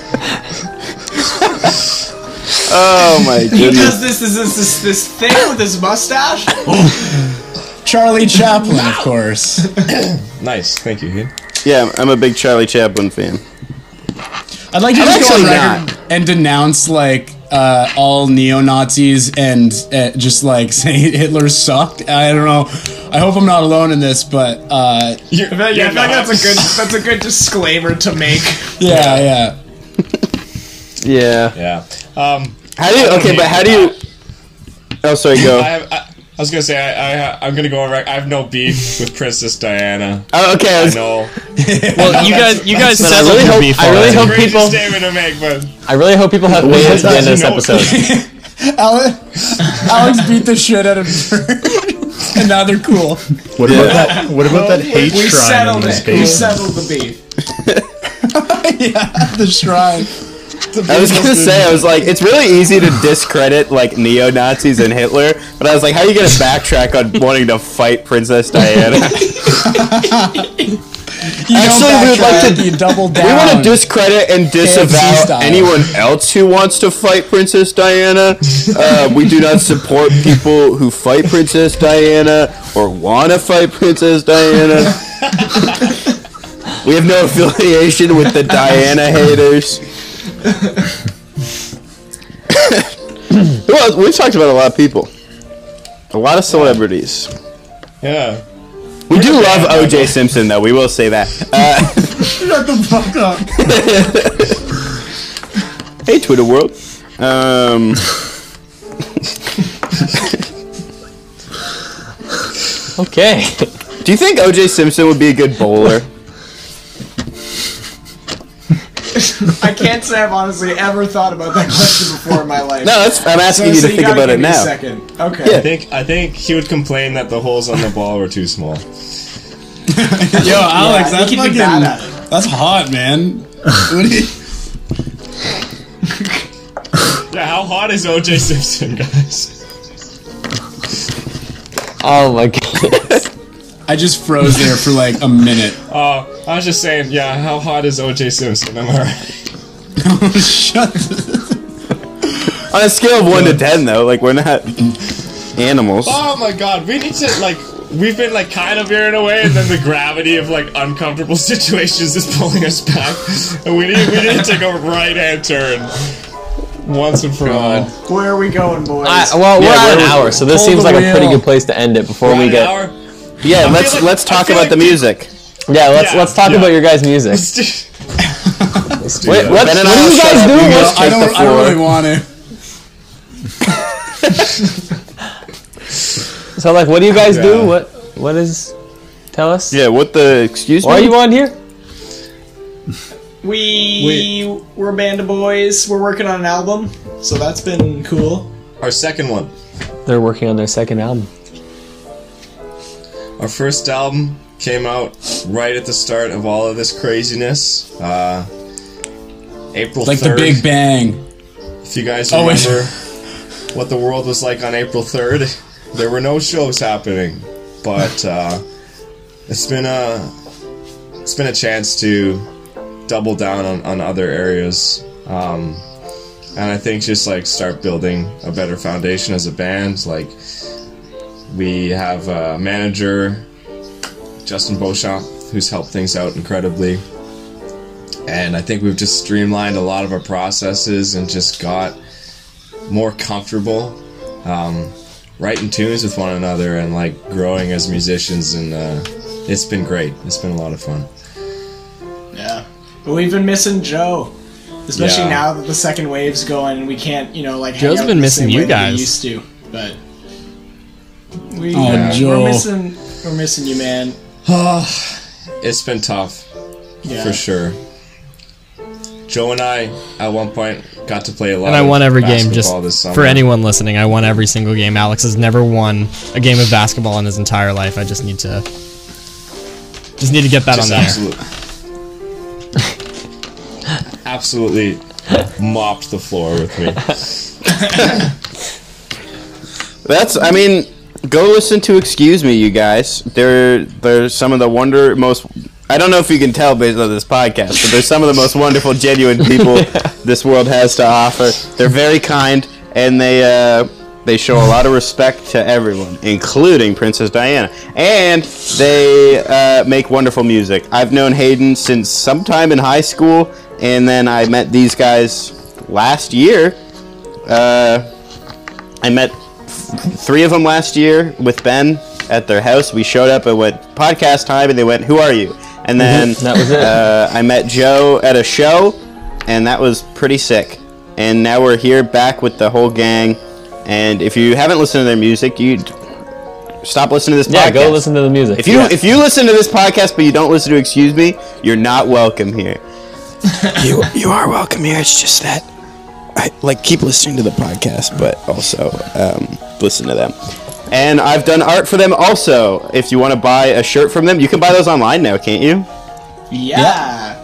D: oh my
F: He
D: goodness.
F: does this this this this, this thing with his mustache.
E: Charlie Chaplin, of course.
B: Nice, thank you. Ian.
D: Yeah, I'm a big Charlie Chaplin fan.
E: I'd like to
D: I'm
E: just go on
D: actually
E: record and denounce like uh, all neo Nazis and uh, just like say Hitler sucked. I don't know. I hope I'm not alone in this, but uh,
B: You're,
F: I feel like, I
B: you're
F: feel like
B: not.
F: that's a good that's a good disclaimer to make.
E: yeah, yeah.
D: Yeah.
B: Yeah. Um,
D: How do you? Okay, but how do you? Oh, sorry. Go.
B: I, have, I, I was gonna say I, I I'm gonna go on record. I have no beef with Princess Diana.
D: Oh, okay. I
B: I
D: was-
B: know.
G: Well, you guys, you guys
D: But I
G: settled
D: really
G: your
D: hope-
G: beef
D: I really
G: already.
D: hope-
B: Great
D: People-
B: statement to make, but
C: I really hope people have faith at the end of this episode.
E: Alex, Alex beat the shit out of her, and now they're cool.
H: What about that? What about that hate
F: We
H: shrine in
F: settled
H: this
F: it. We
H: basement?
F: settled the beef.
E: yeah, the shrine.
D: I was gonna say, I was like, it's really easy to discredit like neo Nazis and Hitler, but I was like, how are you gonna backtrack on wanting to fight Princess Diana?
E: You
D: Actually,
E: don't
D: we would like
E: backtrack,
D: to-
E: you double down.
D: we want to discredit and
E: KFC
D: disavow
E: style.
D: anyone else who wants to fight Princess Diana. Uh, we do not support people who fight Princess Diana or want to fight Princess Diana. we have no affiliation with the Diana haters. well, we've talked about a lot of people, a lot of celebrities.
B: yeah.
D: We do love O.J. Simpson, though. We will say that. Uh,
E: shut the fuck up.
D: Hey, Twitter world. Um,
C: Okay.
D: do you think OJ Simpson would be a good bowler?
F: I can't say I've honestly ever thought about that question before in my life.
D: No, that's, I'm asking you to think
F: gotta
D: about it
F: give me a
D: now.
F: second. Okay.
B: I think I think he would complain that the holes on the ball were too small.
E: Yo, Alex,
F: Yeah,
E: that's
F: he can
E: fucking.
F: be bad at
E: That's hot, man. What do you-
B: Yeah, how hot is OJ Simpson, guys?
C: Oh my god.
E: I just froze there for like a minute.
B: Uh, I was just saying, yeah, how hot is OJ Simpson? Am I right?
E: Shut. The-
D: On a scale of one to ten, though, like we're not animals.
B: Oh my god, we need to like we've been like kind of veering away and then the gravity of like uncomfortable situations is pulling us back. And we need we need to take a right hand turn. Once and for all.
F: Where are we going, boys?
C: I, well, we're
D: Yeah,
C: at an
D: we're-
C: hour, so this
E: pull
C: seems
E: the
C: like a pretty
E: wheel.
C: good place to end it before we
B: An
C: get.
B: hour?
D: Yeah, let's
B: like-
D: let's
B: I
D: talk
B: feel like
D: about the
B: we-
D: music.
C: Yeah, let's
B: Yeah,
C: let's talk
B: yeah.
C: about your guys' music.
B: Let's do- Let's do
C: Wait,
B: that.
C: what, what
D: Ben and I
C: do
D: will
C: you
D: shut
C: guys
D: up.
C: do?
D: You
C: What's-
D: guys take
E: I
D: the
E: don't. I don't
D: floor.
E: really want to.
C: So like, what do you guys
B: Yeah.
C: do? What what is? Tell us.
D: Yeah, what the? Excuse me.
C: Why are you on here?
F: we we're a band of boys. We're working on an album, so that's been cool.
B: Our second one.
C: They're working on their second album.
B: Our first album came out right at the start of all of this craziness. Uh, April
E: Like
B: 3rd.
E: the Big Bang.
B: If you guys
E: Oh, wait.
B: remember what the world was like on April 3rd, there were no shows happening. But uh, it's been a it's been a chance to double down on, on other areas. Um, and I think just like start building a better foundation as a band. Like we have a manager, Justin Beauchamp, who's helped things out incredibly and I think we've just streamlined a lot of our processes and just got more comfortable um, writing tunes with one another and like growing as musicians and uh, it's been great it's been a lot of fun
F: Yeah. But we've been missing Joe. Especially
B: Yeah.
F: now that the second wave's going, we can't, you know, like hang
G: Joe's
F: out
G: been
F: the
G: missing
F: same
G: you
F: way that
G: guys.
F: We used to, but we,
E: Oh, Joe.
F: we're missing, we're missing you, man.
B: it's been tough
F: Yeah.
B: for sure Joe and I at one point got to play a lot
G: And I
B: of
G: won every game. Just
B: basketball this summer.
G: for anyone listening, I won every single game. Alex has never won a game of basketball in his entire life. I just need to, just need to get that on
B: Just
G: there.
B: absolute- absolutely mopped the floor with me.
D: That's. I mean, go listen to "Excuse Me," you guys. They're they're some of the wonder most. I don't know if you can tell based on this podcast, but they're some of the most wonderful, genuine people this world has to offer. They're very kind, and they uh, they show a lot of respect to everyone, including Princess Diana. And they uh, make wonderful music. I've known Hayden since sometime in high school, and then I met these guys last year. Uh, I met three of them last year with Ben at their house. We showed up at what podcast time, and they went, "Who are you?" And then
C: Mm-hmm. that was it.
D: Uh, I met Joe at a show, and that was pretty sick. And now we're here back with the whole gang. And if you haven't listened to their music, you stop listening to this.
C: Yeah,
D: podcast.
C: go listen to the music.
D: If you
C: yeah.
D: if you listen to this podcast but you don't listen to Excuse Me, you're not welcome here.
K: You you are welcome here. It's just that I like keep listening to the podcast, but also
D: um, listen to them. And I've done art for them also. If you want to buy a shirt from them, you can buy those online now, can't you?
F: Yeah.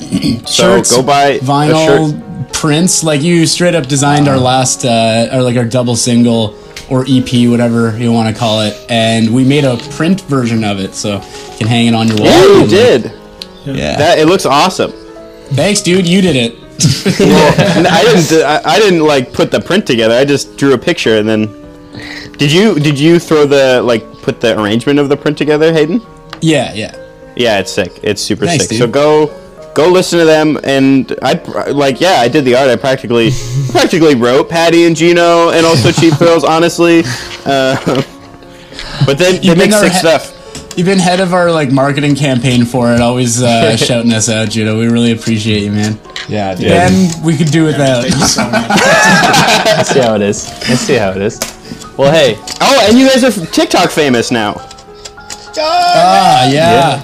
D: So
E: Shirts,
D: go buy a shirt.
E: vinyl prints. Like you straight up designed our last, uh, or like our double single or EP, whatever you want to call it, and we made a print version of it, so you can hang it on your wall.
D: Yeah, Oh, you
E: And,
D: did.
E: Yeah.
D: That it looks awesome.
E: Thanks, dude. You did it.
D: Well, n- I didn't. d- I, I didn't like put the print together. I just drew a picture and then. Did you did you throw the like put the arrangement of the print together, Hayden?
E: yeah, yeah.
D: Yeah, it's sick. It's super
E: Thanks,
D: sick.
E: dude.
D: So go go listen to them and I pr- like yeah, I did the art. I practically practically wrote Patty and Gino and also Cheap Thrills honestly. Uh, but then they
E: You've been
D: make
E: our
D: sick
E: he-
D: stuff.
E: You've been head of our like marketing campaign for it, always uh, shouting us out, Judah. We really appreciate you, man.
B: Yeah, dude.
E: And we could do without.
F: Thank you so much.
C: Let's see how it is. Let's see how it is. Well, hey,
D: Oh, and you guys are TikTok famous now.
E: Ah, yeah.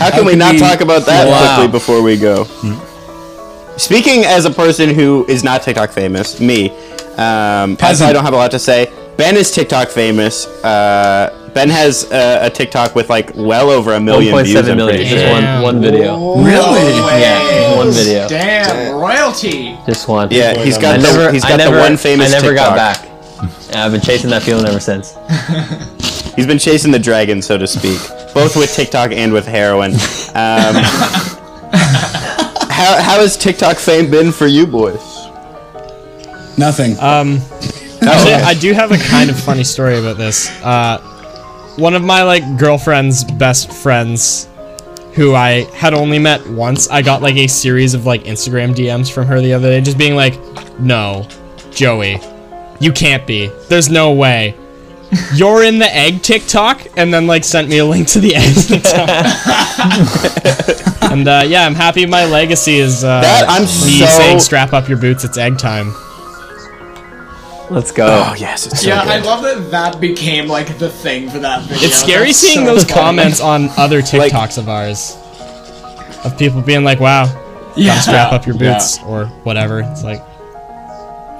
D: How can we
E: could
D: not
E: we-
D: talk about that
C: Wow.
D: quickly before we go? Speaking as a person who is not TikTok famous, me, um, I
E: Peasant.
D: probably don't have a lot to say. Ben is TikTok famous. Uh, ben has uh, a TikTok with like well over a million views. I'm
C: 1.7 million.
D: pretty
C: Just
D: sure.
C: one, one video.
E: Really?
C: Yeah, one video.
F: Oh, Damn, royalty.
C: Just one.
D: Yeah, he's got
C: I
D: the,
C: never,
D: he's
C: I
D: got
C: never,
D: the one famous.
C: I never got
D: TikTok.
C: back. And I've been chasing that feeling ever since.
D: He's been chasing the dragon, so to speak, both with TikTok and with heroin. Um, how, how has TikTok fame been for you boys?
E: Nothing.
D: Uh,
G: Um,
D: Oh.
G: actually, I do have a kind of funny story about this. Uh, one of my like girlfriend's best friends, who I had only met once, I got like a series of like Instagram DMs from her the other day, just being like, "No, Joey, you can't be. There's no way." You're in the egg TikTok, and then like sent me a link to the egg TikTok. and uh, yeah, I'm happy my legacy is uh,
D: That- I'm
G: me
D: so-
G: saying strap up your boots, it's egg time.
C: Let's go.
K: oh yes, it's so
F: yeah,
K: good.
F: I love that that became like the thing for that video.
G: It's scary
F: That's
G: seeing
F: so
G: those
F: funny.
G: comments on other TikToks of ours. Of people being like, wow,
F: Yeah.
G: strap up your boots or whatever. It's like,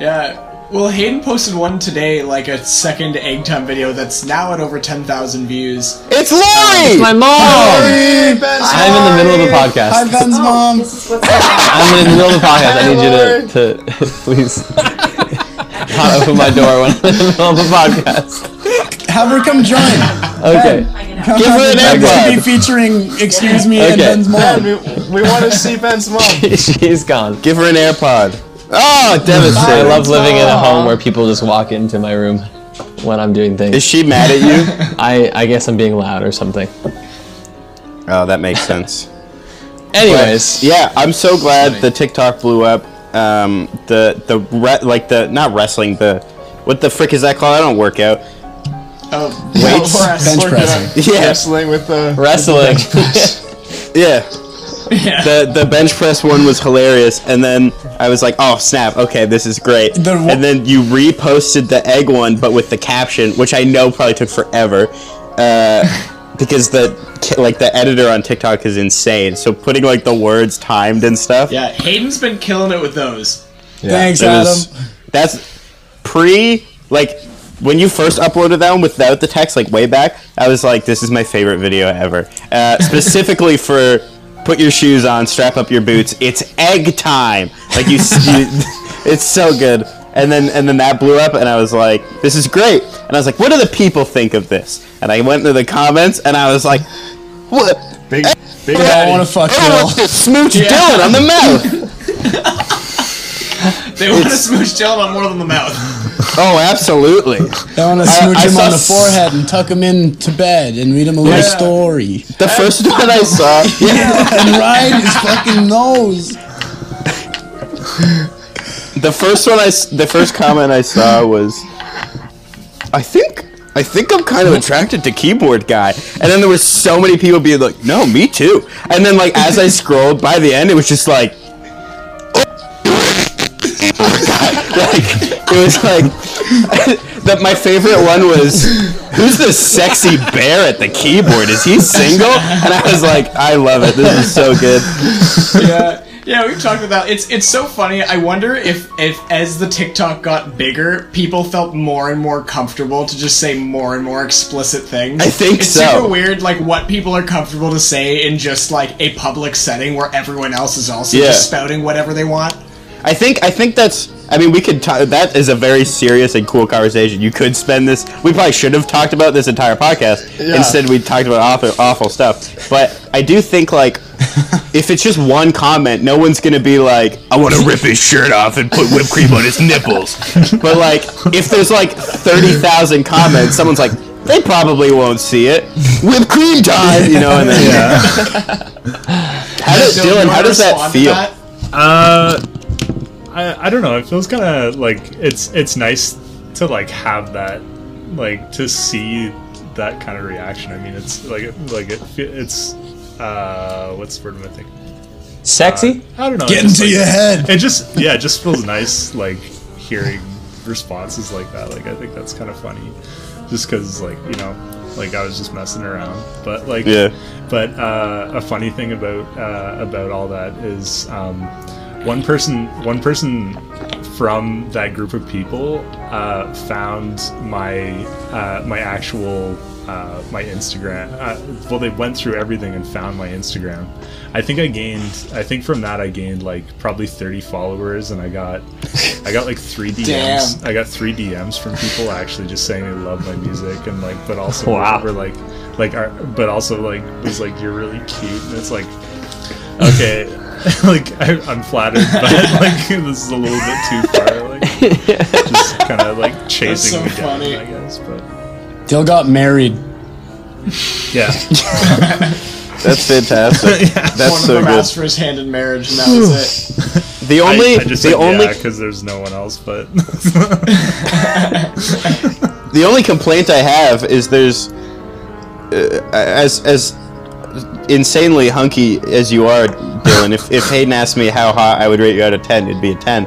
F: Yeah. Well, Hayden posted one today, like a second egg time video that's now at over 10,000 views.
D: It's Lori.
C: My mom! I'm in the middle of a podcast.
E: Hi, Ben's
F: Oh.
E: mom.
C: I'm in the middle of the podcast. I need you to, to please not open my door when I'm in the middle of a podcast.
E: Have her come join.
C: Okay.
E: Come Give
D: her an egg
E: to be
D: bud.
E: featuring Excuse Me and
C: Okay.
E: Ben's mom.
B: we, we want to see Ben's mom.
C: She's gone.
D: Give her an AirPod. Oh,
C: Ah, I
D: devastating.
C: love living in a home where people just walk into my room when I'm doing
D: Is
C: things.
D: she mad at you?
C: I, I guess I'm being loud or something.
D: oh, that makes sense.
C: Anyways,
D: Yeah, I'm so glad the TikTok blew up. Um, the the re- like the not wrestling the what the frick is that called? I don't work out.
F: Oh,
D: Weights?
E: Bench pressing.
D: Yeah,
B: Wrestling with the.
C: wrestling.
D: yeah. The the bench press one was hilarious, and then I was like, oh snap, okay, this is great.
E: The wha-
D: and then you reposted the egg one, but with the caption, which I know probably took forever, uh, because the ki- like the editor on TikTok is insane. So putting like the words timed and stuff.
F: Yeah, Hayden's been killing it with those.
E: Thanks,
D: It
E: Adam.
D: was- that's pre like when you first uploaded that one without the text, like way back. I was like, this is my favorite video ever. Uh, specifically for put your shoes on, strap up your boots. It's egg time. Like you, s- you it's so good. And then and then that blew up, and I was like, this is great. And I was like, what do the people think of this? And I went into the comments, and I was like, what?
B: Big, big
E: I
B: daddy.
E: want to fuck you.
D: What's this smooch doing on the mouth?
F: They want to smooch gel on more than the mouth.
D: Oh, absolutely.
E: I want to smooch
D: I
E: him
D: saw
E: on the
D: s-
E: forehead and tuck him into bed and read him a little story
D: The first one I saw, yeah,
E: and ride his fucking nose.
D: the first one I, s- the first comment I saw was, I think, I think I'm kind of attracted to keyboard guy. And then there were so many people being like, no, me too. And then like as I scrolled by the end, it was just like, like it was like that my favorite one was who's this sexy bear at the keyboard is he single and i was like i love it this is so good
F: yeah, yeah, we've talked about it's it's so funny. I wonder if if as the TikTok got bigger, people felt more and more comfortable to just say more and more explicit things.
D: I think
F: it's
D: so.
F: super weird, like what people are comfortable to say in just like a public setting where everyone else is also
D: Yeah.
F: just spouting whatever they want.
D: I think I think that's. I mean, we could. ta that is a very serious and cool conversation. You could spend this. We probably should have talked about this entire podcast. Instead, we talked about awful, awful stuff. But I do think like, if it's just one comment, no one's gonna be like, "I want to rip his shirt off and put whipped cream on his nipples." But like, if there's like thirty thousand comments, someone's like, "They probably won't see it." Whipped cream time, you know? And then How does
F: So
D: Dylan? How
F: you wanna
D: does that
F: respond to
D: feel?
F: that?
H: Uh, I, I don't know. It feels kind of like it's it's nice to like have that, like to see that kind of reaction. I mean, it's like like it, fe- it's uh what's the word am I thinking?
C: Sexy?
H: I don't know.
E: Get
H: it just,
E: into your
H: like-
E: head.
H: It just yeah, it just feels nice like hearing responses like that. Like I think that's kind of funny, just because like you know, like I was just messing around, but like
D: Yeah.
H: But uh, a funny thing about uh, about all that is um, one person one person from that group of people uh, found my uh, my actual. Uh, my Instagram. Uh, well, they went through everything and found my Instagram. I think I gained. I think from that I gained like probably thirty followers, and I got, I got like three DMs.
F: Damn.
H: I got three DMs from people actually just saying they love my music and like, but also
C: Wow.
H: were like, like, are, but also like was like you're really cute and it's like, okay, like I, I'm flattered, but like this is a little bit too far, like just kind of like chasing
F: so
H: me down,
F: funny.
H: I guess. But
E: Dill got married.
H: yeah,
D: That's fantastic. That's
F: One
D: so
F: of them
D: good.
F: asked for his hand in marriage, and that was it.
D: The
H: I,
D: only,
H: I just
D: the
H: said
D: only,
H: because there's no one else, but
D: the only complaint I have is there's, uh, as as insanely hunky as you are, Dylan. if if Hayden asked me how hot I would rate you out of ten, it'd be a ten.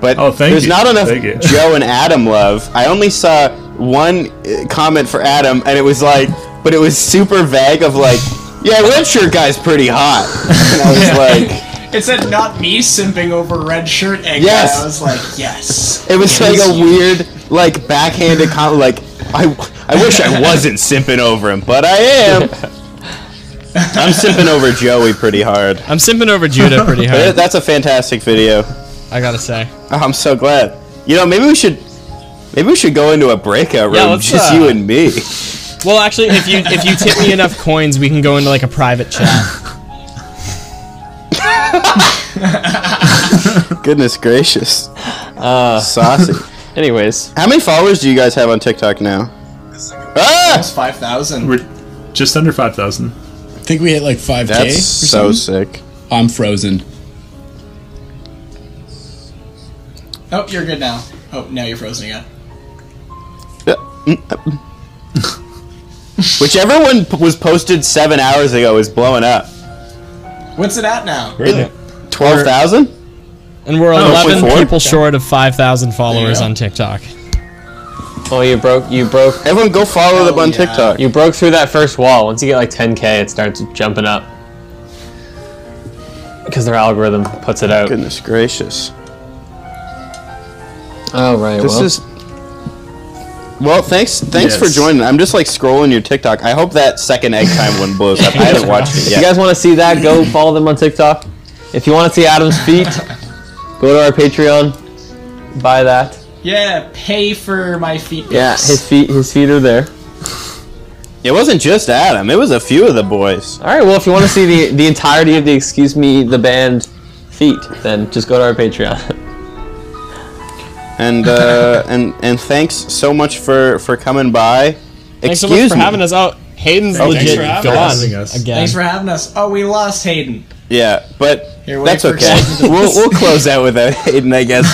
D: But
H: Oh, thank
D: there's
H: you.
D: not enough
H: Thank you.
D: Joe and Adam love. I only saw one uh, comment for Adam, and it was like, but it was super vague of like, yeah, red shirt guy's pretty hot, and I was like.
F: It said not me simping over red shirt egg. and
D: Yes.
F: I was like, yes.
D: It was like a weird, like backhanded comment. Like I, I wish I wasn't simping over him, but I am. I'm simping over Joey pretty hard.
G: I'm simping over Judah pretty
D: But it-
G: hard.
D: that's a fantastic video.
G: I gotta say.
D: Oh, I'm so glad. You know, maybe we should, maybe we should go into a breakout room,
G: Yeah, let's,
D: just
G: uh,
D: you and me.
G: Well, actually, if you if you tip me enough coins, we can go into like a private chat.
D: Goodness gracious,
G: Uh.
D: saucy.
C: Anyways,
D: How many followers do you guys have on TikTok now? Ah,
F: Almost 5,000.
H: we're just under five thousand.
E: I think we hit like 5K.
D: that's
E: or
D: so
E: something.
D: sick.
E: I'm frozen.
F: Oh, you're good now. Oh, now you're frozen again.
D: mm, Which everyone uh, p- was posted seven hours ago is blowing up.
F: What's it at now?
B: Really?
D: Twelve thousand.
G: And
C: Oh,
G: we're 11
D: hopefully four.
G: people short of 5,000 followers on TikTok.
C: well, Oh, you broke you broke
D: Everyone go follow them on
F: yeah.
D: TikTok.
C: you broke through that first wall. Once you get like 10k, it starts jumping up because their algorithm puts it out.
D: Goodness gracious.
C: Oh right.
D: This is Well, thanks thanks for
H: Yes.
D: joining. I'm just like scrolling your TikTok. I hope that second egg time one blows up. I haven't watched it
C: If
D: yet.
C: you guys want to see that, go follow them on TikTok. If you want to see Adam's feet, Go to our Patreon, buy that.
F: Yeah, pay for my feet.
C: Yeah,
F: pics.
C: his feet, his feet are there.
D: It wasn't just Adam. It was a few of the boys.
C: All right. Well, if you want to see the the entirety of the excuse me the band feet, then just go to our Patreon.
D: And uh, and and thanks so much for for coming by.
G: Thanks so much
D: Excuse
G: for
D: me.
G: having us out. Hayden's
D: Oh, thanks
G: legit
D: for
B: having
G: gone
B: us.
G: again.
F: Thanks for having us. Oh, we lost Hayden.
D: Yeah, but
F: Here, wait
D: that's
F: for
D: okay.
F: Hayden.
D: we'll we'll close out without Hayden, I guess.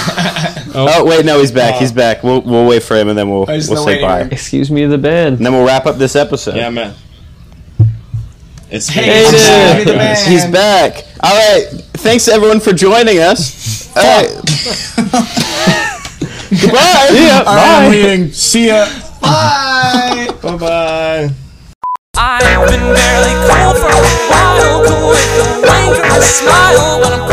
D: oh. wait, no, he's back. He's back. We'll we'll wait for him and then we'll
F: I was
D: we'll
F: still
D: say
F: waiting.
D: bye. And
C: excuse me the band.
D: then we'll wrap up this episode.
B: Yeah, man. It's
F: Hey,
D: Hayden.
F: Hayden. Be the man.
D: He's back. All right. Thanks everyone for joining us. All right. Goodbye.
E: I'm leaving. See ya.
F: Bye.
B: Bye bye.
L: I've been barely cool for a while, cool with the wanker smile when I'm oh,